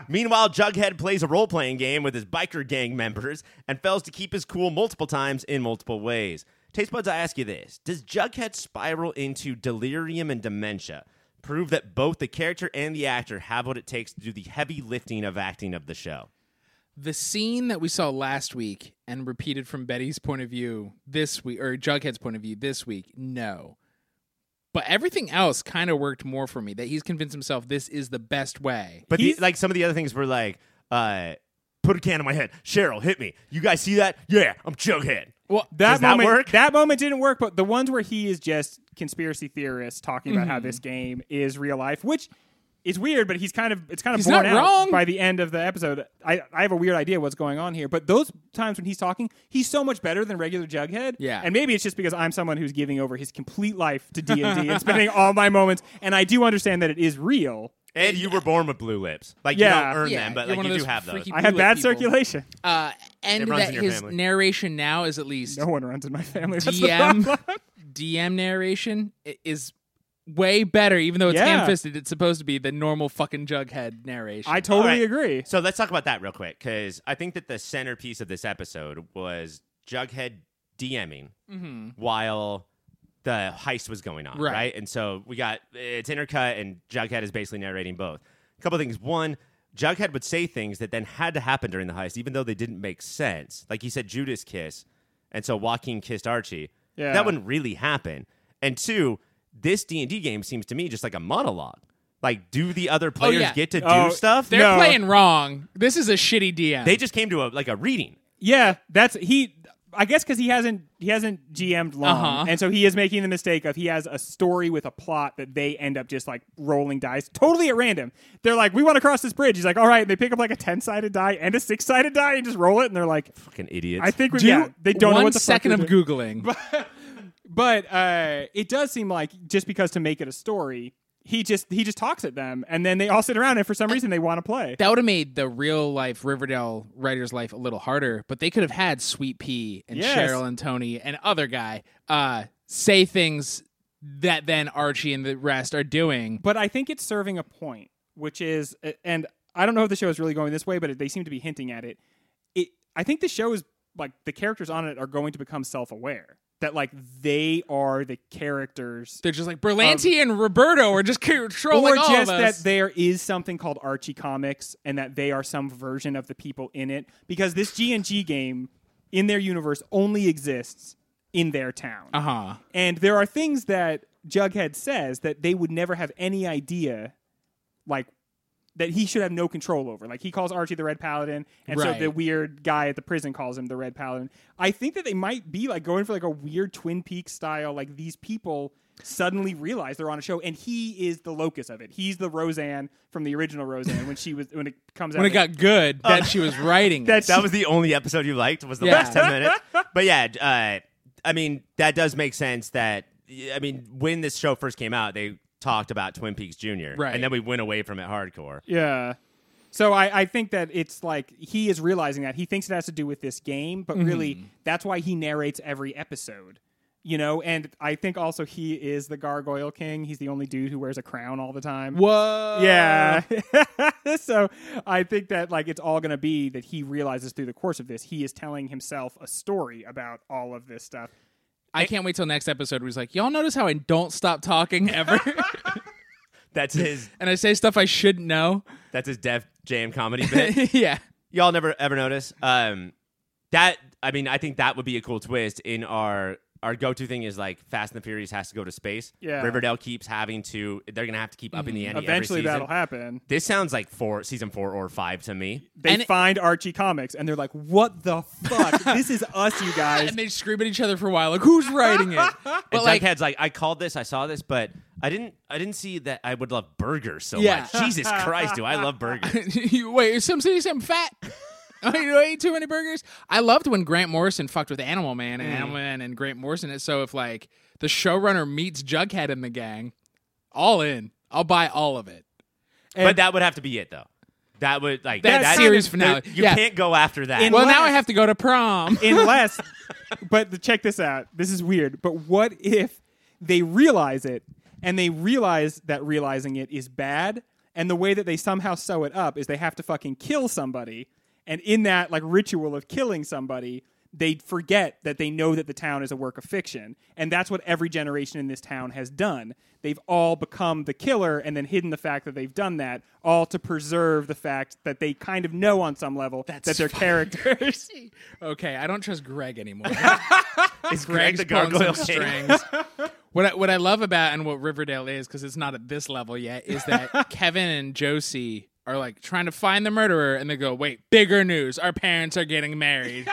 Meanwhile, Jughead plays a role playing game with his biker gang members and fails to keep his cool multiple times in multiple ways. Taste buds, I ask you this Does Jughead spiral into delirium and dementia? Prove that both the character and the actor have what it takes to do the heavy lifting of acting of the show.
The scene that we saw last week and repeated from Betty's point of view this week, or Jughead's point of view this week, no. But everything else kind of worked more for me that he's convinced himself this is the best way.
But the,
He's-
like some of the other things were like, uh, put a can on my head. Cheryl, hit me. You guys see that? Yeah, I'm Jughead.
Well,
that
Does that
moment,
work?
that moment didn't work, but the ones where he is just conspiracy theorist talking about how this game is real life, which is weird, but he's kind of it's kind of
He's
borne out
not wrong.
by the end of the episode. I, I have a weird idea what's going on here, but those times when he's talking, he's so much better than regular Jughead.
Yeah.
and maybe it's just because I'm someone who's giving over his complete life to D and D and <laughs> spending all my moments, and I do understand that it is real.
And you were born with blue lips. Like
Yeah.
you don't earn
Yeah,
them, but
you're
like
one of
you do
those
have those.
freaky-
I have
Blue-lit
bad
people.
circulation. <laughs>
uh, and
It runs
that
in your
his
family.
narration now is at least
No <laughs> one runs in my family. That's the
DM
problem.
DM narration i- is way better, even though it's
Yeah.
ham fisted. It's supposed to be the normal fucking Jughead narration.
I totally
All right.
agree.
So let's talk about that real quick because I think that the centerpiece of this episode was Jughead DMing while the heist was going on,
Right.
right? And so we got it's intercut, and Jughead is basically narrating both. A couple things. One, Jughead would say things that then had to happen during the heist, even though they didn't make sense. Like he said, Judas kiss, and so Joaquin kissed Archie.
Yeah.
that wouldn't really happen. And two, this D and D game seems to me just like a monologue. Like, do the other players
yeah.
get to do
Oh,
stuff?
They're
No.
playing wrong. This is a shitty DM.
They just came to a like a reading.
Yeah, that's he. I guess because he hasn't he hasn't GM'd long,
Uh-huh.
and so he is making the mistake of he has a story with a plot that they end up just like rolling dice totally at random. They're like, "We want to cross this bridge." He's like, "All right." And they pick up like a ten sided die and a six sided die and just roll it, and they're like,
Fucking idiots.
"I think we yeah." They don't
One
know what the
second
fuck
of
they're doing.
googling.
<laughs> But uh, it does seem like just because to make it a story, he just he just talks at them, and then they all sit around, and for some reason they want to play.
that would have made the real life Riverdale writer's life a little harder, but they could have had Sweet Pea and
Yes.
Cheryl and Tony and other guy uh, say things that then Archie and the rest are doing.
but I think it's serving a point, which is, and I don't know if the show is really going this way, but they seem to be hinting at it. It, I think the show is like the characters on it are going to become self-aware that like they are the characters,
They're just like Berlanti and Roberto are just controlling
Um, or
all
just
of
that
us.
there is something called Archie Comics and that they are some version of the people in it because this G and G game in their universe only exists in their town.
uh huh.
And there are things that Jughead says that they would never have any idea, like that he should have no control over. Like he calls Archie the Red Paladin, and
Right.
so the weird guy at the prison calls him the Red Paladin. I think that they might be like going for like a weird Twin Peaks style. Like these people suddenly realize they're on a show, and he is the locus of it. He's the Roseanne from the original Roseanne when she was when it comes out.
When it got good,
Uh,
that she was
<laughs>
writing. it.
that,
that was the only episode you liked was the
Yeah.
last
<laughs>
10 minutes but yeah uh, i mean that does make sense that i mean when this show first came out they talked about twin peaks junior
Right.
and then we went away from it hardcore
Yeah. So I, I think that it's like he is realizing that he thinks it has to do with this game, but
Mm-hmm.
really that's why he narrates every episode. You know, and I think also he is the Gargoyle King. He's the only dude who wears a crown all the time.
Whoa.
Yeah. <laughs> so I think that like it's all going to be that he realizes through the course of this he is telling himself a story about all of this stuff.
I can't wait till next episode where he's like, Y'all notice how I don't stop
<laughs>
talking ever?
that's his
and I say stuff I shouldn't know.
that's his def jam comedy
<laughs>
bit
<laughs> yeah.
y'all never ever notice um that i mean i think that would be a cool twist in our our go-to thing is like Fast and the Furious has to go to space.
Yeah. Mm-hmm.
Riverdale keeps having to. They're gonna have to keep up in the end.
Eventually
every season.
that'll happen.
This sounds like four season four or five to me.
They
And it-
find Archie comics and they're like, "What
<laughs>
the fuck? this is us, you guys."
And they scream at each other for a while, like, who's
<laughs>
writing it? But
And
like
Jughead's like, I called this, I saw this, but I didn't, I didn't see that I would love burgers so
Yeah.
much. Jesus Christ, do I love
<laughs>
burgers?
you, wait, is Sim City Sim fat? <laughs> Oh, you ate too many burgers. I loved when Grant Morrison fucked with Animal Man and Animal Man and Grant Morrison. So if like the showrunner meets Jughead and the gang, all in. I'll buy all of it.
but that would have to be it, though. That would like
That
that
series finale.
You
Yeah.
can't go after that.
Well,
Unless-
now I have to go to
<laughs>
prom. <laughs>
unless but the, check this out this is weird but what if they realize it and they realize that realizing it is bad and the way that they somehow sew it up is they have to fucking kill somebody and in that like ritual of killing somebody they forget that they know that the town is a work of fiction and that's what every generation in this town has done they've all become the killer and then hidden the fact that they've done that all to preserve the fact that they kind of know on some level that they're characters
okay, I don't trust Greg anymore.
<laughs> Is Greg
Greg's
the
pulling
gargoyle
some
king?
strings. what I, what I love about and what Riverdale is because it's not at this level yet
<laughs>
is that Kevin and Josie are like trying to find the murderer and they go, "Wait, bigger news! Our parents are getting
<laughs>
married."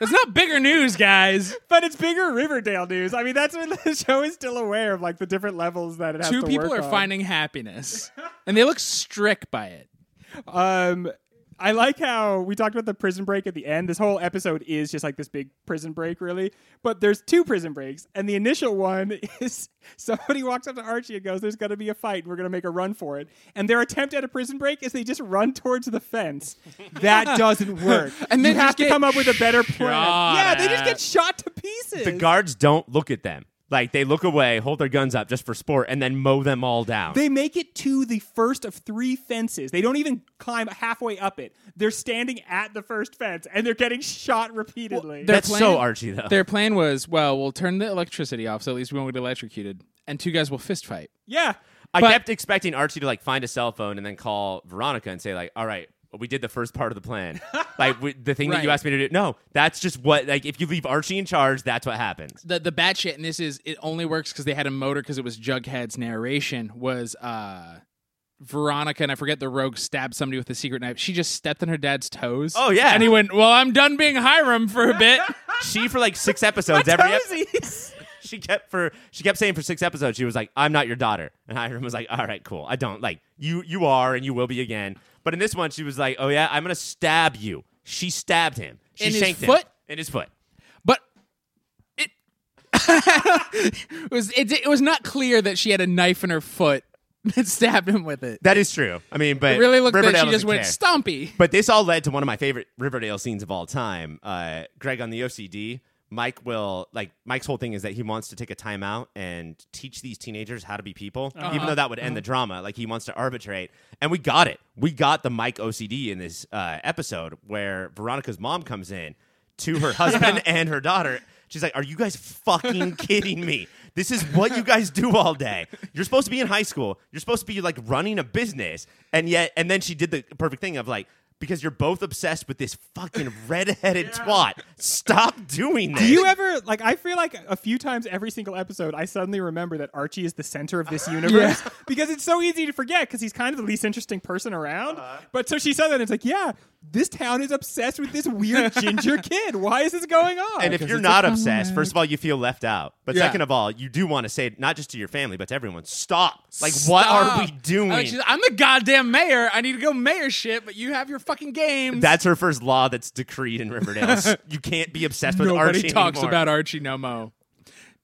That's not bigger news, guys.
But it's bigger Riverdale news. I mean, that's when <laughs> the show is still aware of like the different levels that it has
Two
to
people
work
are
on.
finding happiness, and they look strict by it.
Um, I like how we talked about the prison break at the end. This whole episode is just like this big prison break, really. But there's two prison breaks, and the initial one <laughs> is somebody walks up to Archie and goes, "There's going to be a fight, and we're going to make a run for it." And their attempt at a prison break is they just run towards the fence.
<laughs>
That doesn't work,
And they
you have
just
to
get
come up with a better plan.
shot
Yeah, they just
at.
get shot to pieces.
The guards don't look at them. Like they look away, hold their guns up just for sport, and then mow them all down.
They make it to the first of three fences. They don't even climb halfway up it. They're standing at the first fence and they're getting shot repeatedly.
Their
That's so Archie, though.
Their plan was, well, we'll turn the electricity off, so at least we won't get electrocuted, and two guys will fist fight.
yeah.
I
but-
kept expecting Archie to like find a cell phone and then call Veronica and say like, "All right, we did the first part of the
<laughs>
plan. like we, the thing that you
Right.
asked me to do. No, that's just what like if you leave Archie in charge, that's what happens.
<laughs> The the bad shit in this is it only works because they had a motor because it was Jughead's narration was uh Veronica and I forget the rogue stabbed somebody with a secret knife. She just stepped on her dad's toes.
Oh, yeah.
and he went, "Well, I'm done being Hiram for
<laughs>
a bit."
She for like six episodes every ep- <laughs>
Toesies.
she kept for she kept saying for six episodes she was like, "I'm not your daughter," and Hiram was like, "All right, cool. I don't like you. You are, and you will be again." But in this one, she was like, "Oh yeah, I'm gonna stab you." She stabbed him. She
In his
shanked him
foot?
in his foot.
but it, <laughs> it was it, it was not clear that she had a knife in her foot <laughs> that stabbed him with it.
That is true. I mean, but
It really looked
Riverdale
like she just
doesn't
went
care.
stompy.
But this all led to one of my favorite Riverdale scenes of all time. Uh, Greg on the OCD, Mike will like Mike's whole thing is that he wants to take a timeout and teach these teenagers how to be people, even though that would end the drama. Like he wants to arbitrate, and we got it. We got the Mike OCD in this uh, episode where Veronica's mom comes in to her
<laughs>
husband and her daughter. She's like, "Are you guys fucking kidding me? This is what you guys do all day. You're supposed to be in high school. You're supposed to be like running a business, and yet, and then she did the perfect thing of like." Because you're both obsessed with this fucking redheaded twat. Stop doing this.
Do you ever like? I feel like a few times every single episode, I suddenly remember that Archie is the center of
<laughs>
this universe because it's so easy to forget because he's kind of the least interesting person around.
Uh-huh.
But so she said that, and it's like, yeah, this town is obsessed with this
<laughs>
weird ginger kid. Why is this going on?
and if you're not obsessed, first of all, you feel left out. But
Yeah.
second of all, you do want to say it, not just to your family, but to everyone, stop. Like, what are we
Stop.
doing?
Like, she's- I'm the goddamn mayor. I need to go mayor shit, but you have your fucking games.
that's her first law that's decreed in Riverdale.
<laughs>
It's- you can't be obsessed with
nobody
Archie
talks
anymore.
about Archie no mo.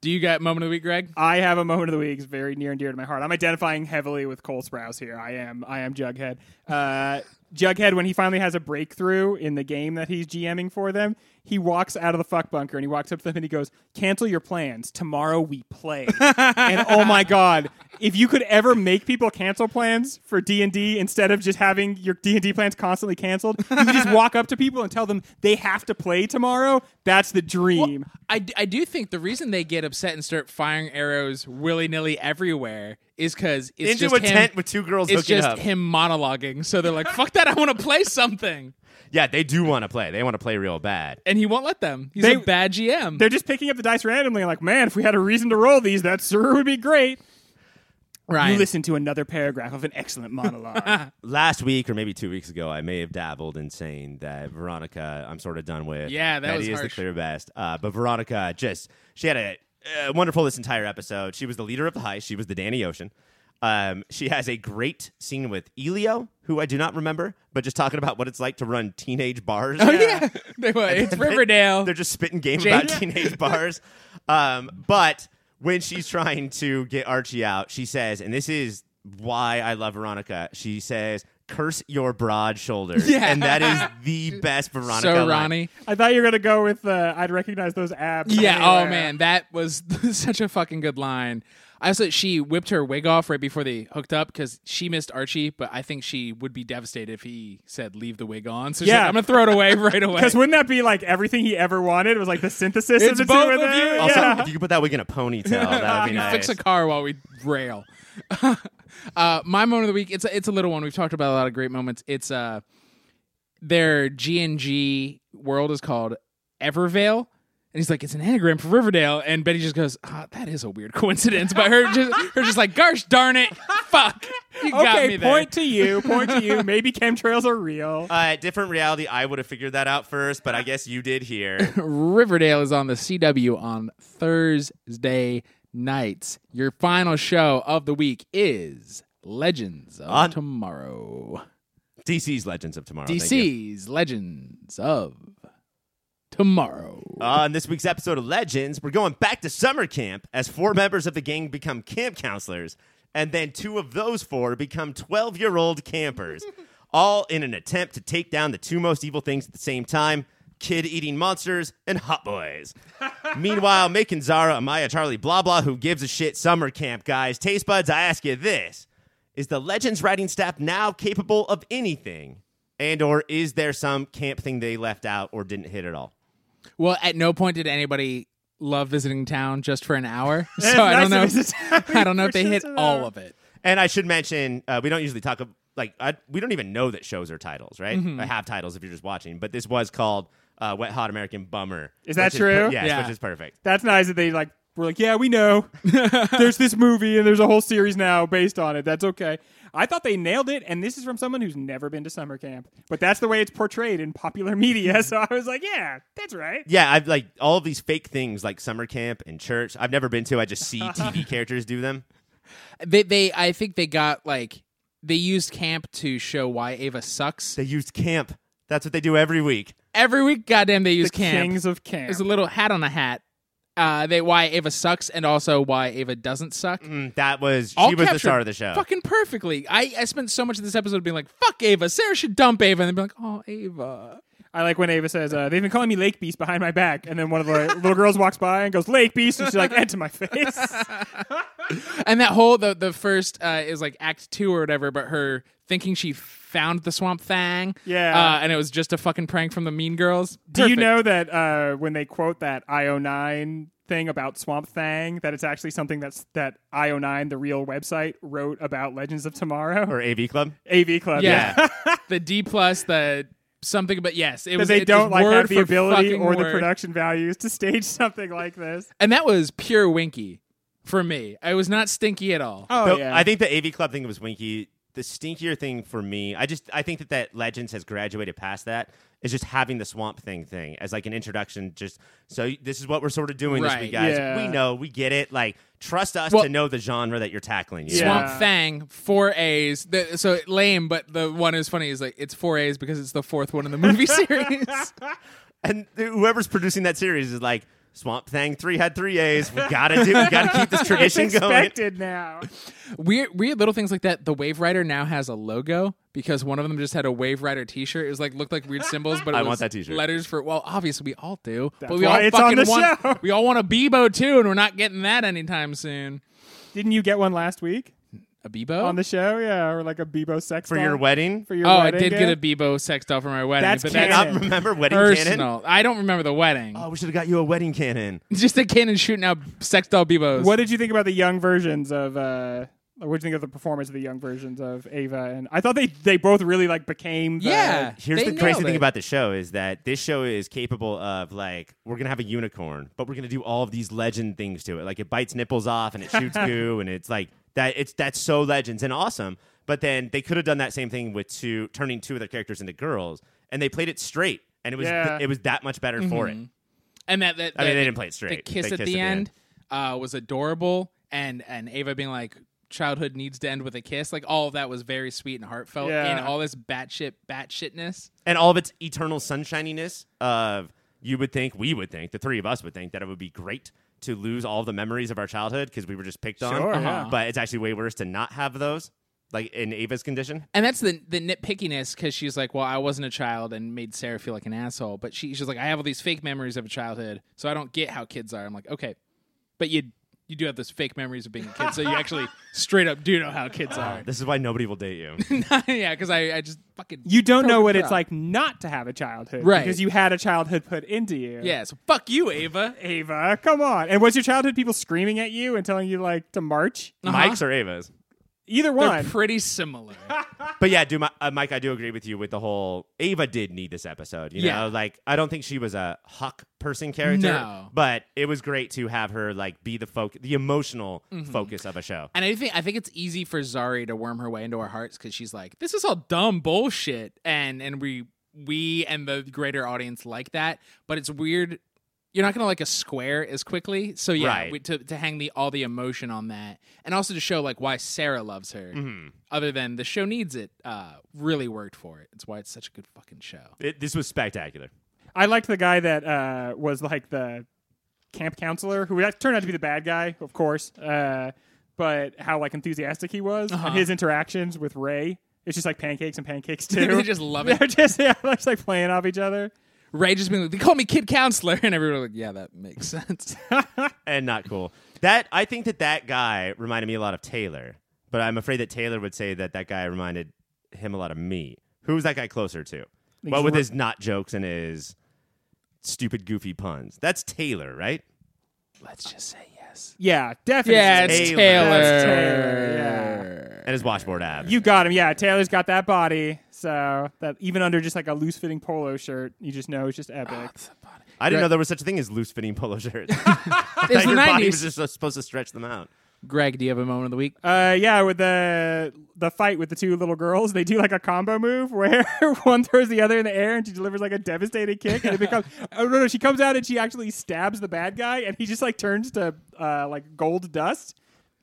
Do you got moment of the week, Greg?
I have a moment of the week is very near and dear to my heart. I'm identifying heavily with Cole Sprouse here. I am. I am Jughead. Uh, Jughead, when he finally has a breakthrough in the game that he's GMing for them, he walks out of the fuck bunker and he walks up to them and he goes, "Cancel your plans. Tomorrow we play." and oh my god, if you could ever make people cancel plans for D and D instead of just having your D and D plans constantly canceled, you could just walk up to people and tell them they have to play tomorrow. That's the dream.
I, d- I do think the reason they get upset and start firing arrows willy nilly everywhere is because it's
Into
just
a
him-
tent with two girls
It's
hooking
just
up.
him monologuing. So they're like, "Fuck that! I want to play something,"
Yeah, they do want to play. They want to play real bad.
and he won't let them. He's
They-
a bad GM.
they're just picking up the dice randomly and like, man, if we had a reason to roll these, that sure would be great.
Ryan,
You listen to another paragraph of an excellent monologue. <laughs>
Last week or maybe two weeks ago, I may have dabbled in saying that Veronica, I'm sort of done with.
Yeah, that was
Betty is
harsh.
the clear best. Uh, but Veronica, just she had a uh, wonderful this entire episode. She was the leader of the heist. She was the Danny Ocean. Um, she has a great scene with Elio, who I do not remember, but just talking about what it's like to run teenage bars.
Oh yeah, <laughs>
<laughs>
They were, it's Riverdale.
They're just spitting game
Jake.
about teenage bars. Um, but when she's trying to get Archie out, she says, and this is why I love Veronica. She says, "Curse your broad shoulders,"
Yeah.
and that
<laughs>
is the best Veronica.
so
line.
Ronnie.
I thought you were gonna go with uh, I'd recognize those abs.
Yeah. Oh
anywhere.
man, that was <laughs> such a fucking good line. I also she whipped her wig off right before they hooked up because she missed Archie, but I think she would be devastated if he said leave the wig on. So she's
Yeah.
like, I'm gonna throw it away right away.
Because wouldn't that be like everything he ever wanted? It was like the synthesis
It's
of the two
both
of
of
them.
you.
Also,
Yeah.
if you could put that wig in a ponytail,
<laughs>
that would be
You
nice.
fix a car while we rail. <laughs> uh, my moment of the week it's a, it's a little one. We've talked about a lot of great moments. It's uh their G world is called Evervale. And he's like, it's an anagram for Riverdale. And Betty just goes, ah, that is a weird coincidence. But her just, her just like, gosh darn it. Fuck. You got me
okay,
there.
point to you, point to
<laughs>
you. Maybe chemtrails are real.
uh, different reality. I would have figured that out first, but I guess you did
<laughs>
here.
Riverdale is on the CW on Thursday nights. Your final show of the week is Legends of
On-
Tomorrow.
DC's Legends of Tomorrow. Oh, thank you.
DC's Legends of Tomorrow.
On this week's episode of Legends, we're going back to summer camp as four members of the gang become camp counselors, and then two of those four become 12 year old campers, all in an attempt to take down the two most evil things at the same time Kid Eating Monsters, and Hot Boys. Meanwhile, making Zara, Amaya, Charlie, blah, blah, who gives a shit summer camp, guys. Taste buds, I ask you this. Is the Legends writing staff now capable of anything? And or is there some camp thing they left out or didn't hit at all?
Well, at no point did anybody love visiting town just for an hour. So
It's
I
nice
don't
to
know. <laughs>
visit town
I don't know if
for
they hit
just an
all
hour.
of it.
And I should mention, uh, we don't usually talk ab- like I, we don't even know that shows are titles, right? I have titles if you're just watching, but this was called uh, "Wet Hot American Bummer."
Is that
which
true?
yes,
Yeah.
which is perfect.
That's nice that they like were like, yeah, we
<laughs>
know. there's this movie and there's a whole series now based on it. That's okay. I thought they nailed it, and this is from someone who's never been to summer camp, but that's the way it's portrayed in popular <laughs> media. So I was like, yeah, that's right.
Yeah, I've like all of these fake things like summer camp and church. I've never been to. I just see TV characters do them.
They they I think they got like they used camp to show why Ava sucks.
They used camp. That's what they do every week.
Every week, goddamn, they use
The
camp.
kings of camp.
There's a little hat on a hat. Uh, they why Ava sucks and also why Ava doesn't suck.
Mm, that was
All
she was the
captured
star of the show.
Fucking perfectly. I, I spent so much of this episode being like, fuck Ava. Sarah should dump Ava. And then be like, oh, Ava.
I like when Ava says, uh, they've been calling me Lake Beast behind my back. And then one of the little girls walks by and goes, Lake Beast. And she's like, and to my
<laughs>
face.
And that whole, the, the first uh, is like act two or whatever, but her thinking she found the swamp thing.
Yeah.
Uh, and it was just a fucking prank from the Mean Girls.
Do you
Perfect.
know that uh, when they quote that IO9 thing about Swamp Thang, that it's actually something that's that IO9, the real website, wrote about Legends of Tomorrow
or AV Club.
AV Club?
Yeah.
<laughs>
the D plus, the something, but yes, it
That
was.
they
it
don't
was
like
word
have the
for
ability
fucking
or the
word.
production values to stage <laughs> something like this.
And that was pure winky for me. I was not stinky at all.
Oh
But
yeah,
I think the AV Club thing was Winky. The stinkier thing for me, I just I think that that Legends has graduated past that is just having the Swamp Thing thing as like an introduction. Just so y- this is what we're sort of doing this
Right.
week, guys.
Yeah.
We know, we get it. Like trust us
Well-
to know the genre that you're tackling. you
Yeah.
know?
Swamp Fang, four A's. The, so lame, but the one is funny is like it's four A's because it's the fourth one in the movie <laughs> series.
And th- whoever's producing that series is like Swamp Thing three had three A's. We gotta do. We gotta keep this
<laughs> it's
tradition going.
expected now.
weird, weird little things like that. The Wave Rider now has a logo because one of them just had a Wave Rider T-shirt. It was like looked like weird symbols,
<laughs>
but it
I
was
want that t-shirt.
Letters for well, obviously we all do,
That's
but we
why
all
it's on
fucking
the
want
show.
we all want a Bebo too, and we're not getting that anytime soon.
Didn't you get one last week
A Bebo
on the show? Yeah, or like a Bebo sex
for
doll?
your wedding.
For your
Oh, I
wedding
did
gift?
get a Bebo sex doll for my wedding,
That's
but
Do you
that's
canon.
not remember wedding cannon?
personal. I don't remember the wedding. <laughs>
Oh, we should have got you a wedding cannon.
Just a cannon shooting out sex doll Bebos.
What did you think about the young versions of? uh What did you think of the performance of the young versions of Ava and? I thought they they both really like became. The,
Yeah.
Here's the
They
crazy
nailed
thing
it.
about the show is that this show is capable of like we're gonna have a unicorn, but we're gonna do all of these legend things to it. Like it bites nipples off and it
<laughs>
shoots goo, and it's like that. It's that's so legends and awesome. But then they could have done that same thing with two turning two of their characters into girls, and they played it straight, and it was
Yeah.
it was that much better for it.
And that, that
I
that-
mean, they didn't play it
Mm-hmm. the
straight.
kiss
They
at
kissed
the end, Uh, was adorable, and and Ava being like, "Childhood needs to end with a kiss." Like all of that was very sweet and heartfelt,
Yeah.
and all this batshit batshitness.
and all of its eternal sunshininess of you would think we would think the three of us would think that it would be great to lose all the memories of our childhood because we were just picked
Sure,
on
Uh-huh.
yeah.
but it's actually way worse to not have those like in ava's condition
And that's the the nitpickiness because she's like, "Well, I wasn't a child and made Sarah feel like an asshole," but she, she's like, "I have all these fake memories of a childhood, so I don't get how kids are." I'm like, "Okay, but you." You do have those fake memories of being a kid, so you <laughs> actually straight up do know how kids are. <laughs>
this is why nobody will date
Uh-huh.
you
yeah, because I, I just fucking
You don't know what it's
Totally
like not to have a childhood,
Right.
Because you had a childhood put into you.
yeah. So fuck you, Ava.
Ava, come on. And was your childhood people screaming at you and telling you like to march?
mike's or ava's
Either
They're
one.
pretty similar.
but yeah do my, uh, mike i do agree with you with the whole ava did need this episode you
Yeah.
know like i don't think she was a hawk person character
No.
but it was great to have her like be the focus the emotional focus of a show
Mm-hmm. And I think I think it's easy for Zari to worm her way into our hearts because she's like, "This is all dumb bullshit," and and we we and the greater audience like that. But it's weird. You're not gonna like a square as quickly. So yeah,
Right.
we, to to hang the all the emotion on that, and also to show like why Sarah loves her,
Mm-hmm.
other than the show needs it. Uh, really worked for it. It's why it's such a good fucking show.
It- this was spectacular
I liked the guy that uh, was like the camp counselor, who turned out to be the bad guy, of course. Uh, but how like enthusiastic he was
Uh-huh.
and his interactions with Ray. It's just like pancakes and pancakes too.
<laughs> They just love
<laughs>
it.
They're just yeah, they're just like playing off each other.
Ray just being like, they call me kid counselor, <laughs> and everyone was like, yeah, that
<laughs>
makes <laughs> sense.
and not cool. That I think that that guy reminded me a lot of Taylor, but I'm afraid that Taylor would say that that guy reminded him a lot of me. Who was that guy closer to? Well, with his not jokes and his stupid, goofy puns. That's Taylor, right?
Let's just say yes.
Yeah, definitely.
Yeah, it's
Taylor.
Taylor.
That's Taylor, yeah.
And his washboard abs.
You got him. Yeah, Taylor's got that body. So that even under just like a loose fitting polo shirt, you just know it's just epic.
I didn't know there was such a thing as loose fitting polo shirts.
It's the
<laughs> Your body was
nineties.
just supposed to stretch them out.
Greg, do you have a moment of the week?
Uh, yeah, with the the fight with the two little girls, they do like a combo move where <laughs> one throws the other in the air and she delivers like a devastating kick, and
<laughs>
it becomes. oh no, no, she comes out and she actually stabs the bad guy, and he just like turns to uh, like gold dust.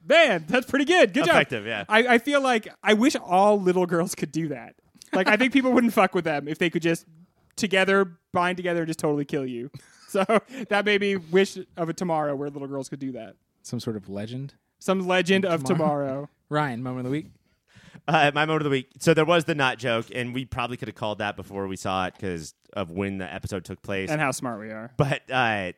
Man, that's pretty good. Good job.
Effective, yeah.
I, I feel like I wish all little girls could do that. Like I think people wouldn't fuck with them if they could just together bind together and just totally kill you. So <laughs> that made me wish of a tomorrow where little girls could do that.
Some sort of legend.
Some legend of
Tomorrow?
tomorrow.
Ryan, moment of the week.
Uh, my moment of the week. So there was the not joke, and we probably could have called that before we saw it because of when the episode took place.
and how smart we are.
but uh,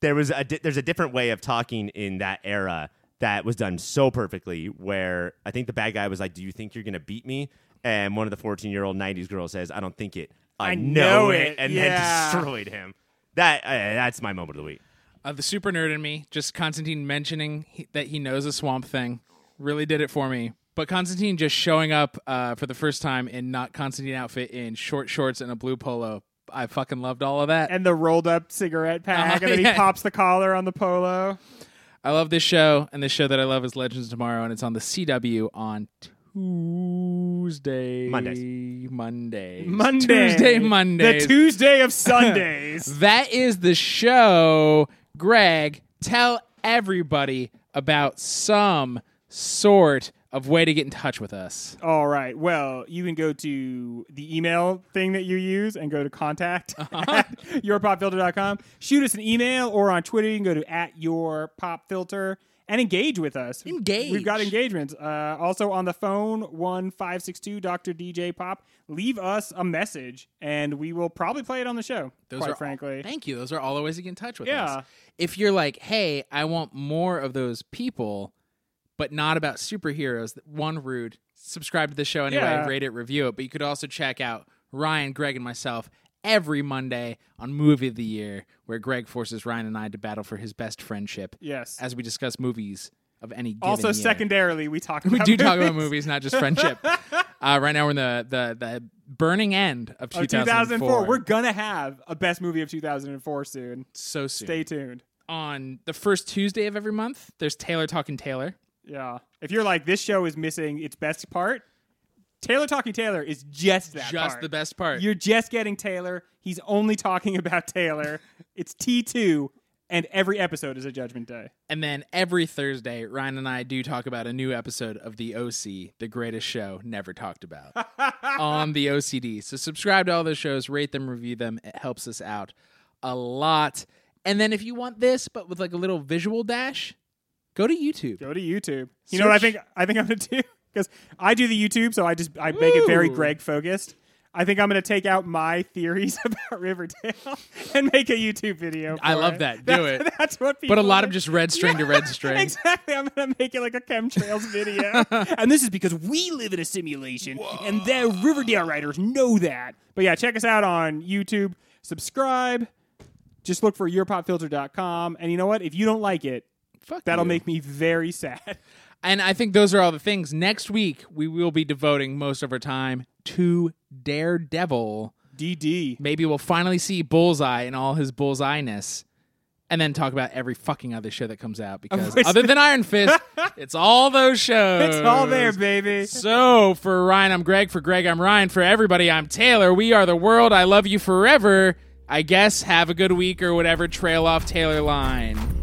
there was a di- there's a different way of talking in that era that was done so perfectly. Where I think the bad guy was like, "Do you think you're gonna beat me?" And one of the 14 year old 90s girls says, "I don't think it. I,
I know
know
it."
and
Yeah.
then destroyed him. That uh, that's my moment of the week.
Uh, the super nerd in me, just Constantine mentioning he, that he knows a swamp thing, really did it for me. But Constantine just showing up uh, for the first time in not Constantine outfit in short shorts and a blue polo. I fucking loved all of that.
And the rolled up cigarette pack,
Uh-huh,
and then he
yeah.
pops the collar on the polo.
I love this show, and the show that I love is Legends Tomorrow, and it's on the CW on Tuesday,
Mondays.
Monday,
Monday,
Tuesday, Monday.
the Tuesday
<laughs>
of Sundays.
that is the show. Greg, tell everybody about some sort of way to get in touch with us.
All right. Well, you can go to the email thing that you use and go to contact
Uh-huh.
<laughs> at yourpopfilter.com. Shoot us an email or on Twitter. You can go to at yourpopfilter and engage with us.
Engage.
We've got engagements. Uh, also on the phone, 1562 Dr. DJ Pop. Leave us a message and we will probably play it on the show, quite
all-
frankly.
thank you. Those are all the ways to get in touch with
Yeah.
us. If you're like, hey, I want more of those people, but not about superheroes, one rude, subscribe to the show anyway,
Yeah.
rate it, review it. But you could also check out Ryan, Greg, and myself every Monday on Movie of the Year, where Greg forces Ryan and I to battle for his best friendship
Yes.
as we discuss movies of any given
also,
year.
secondarily, we talk
<laughs> We
about
do talk
<laughs>
about movies, not just friendship. uh, right now, we're in the, the, the burning end of 2004.
2004. We're going to have a best movie of 2004 soon.
so soon.
Stay tuned.
on the first Tuesday of every month, there's Taylor Talking Taylor.
Yeah. If you're like, this show is missing its best part, Taylor Talking Taylor is just that
just
part.
the best part.
You're just getting Taylor. He's only talking <laughs> about Taylor. it's T2, and every episode is a Judgment Day.
and then every Thursday, Ryan and I do talk about a new episode of The OC, the greatest show never
<laughs>
talked about on the OCD. So subscribe to all those shows, rate them, review them. It helps us out a lot. And then if you want this, but with like a little visual dash, go to YouTube.
Go to YouTube. You know what I
Search-
think? I think I'm gonna <laughs> do because I do the YouTube, so I just I make it very
Ooh.
Greg focused. I think I'm gonna take out my theories <laughs> about Riverdale and make a YouTube video.
I
for
love
it.
that.
That's,
Do it.
<laughs> That's what. People
But a lot of
are-
just red string
<laughs>
to red string.
Exactly. I'm gonna make it like a chemtrails
<laughs>
video. and this is because we live in a simulation, and the Riverdale writers know that. But yeah, check us out on YouTube. Subscribe. Just look for yourpopfilter.com. And you know what? If you don't like it,
Fuck
that'll
you.
make me very <laughs> sad.
And I think those are all the things. Next week, we will be devoting most of our time to Daredevil.
DD.
Maybe we'll finally see Bullseye and all his bullseyeness, and then talk about every fucking other show that comes out because
course.
other than
<laughs>
Iron Fist, it's all those shows.
It's all there, baby.
So for Ryan, I'm Greg. For Greg, I'm Ryan. For everybody, I'm Taylor. We are the world. I love you forever. I guess have a good week or whatever trail off Taylor line.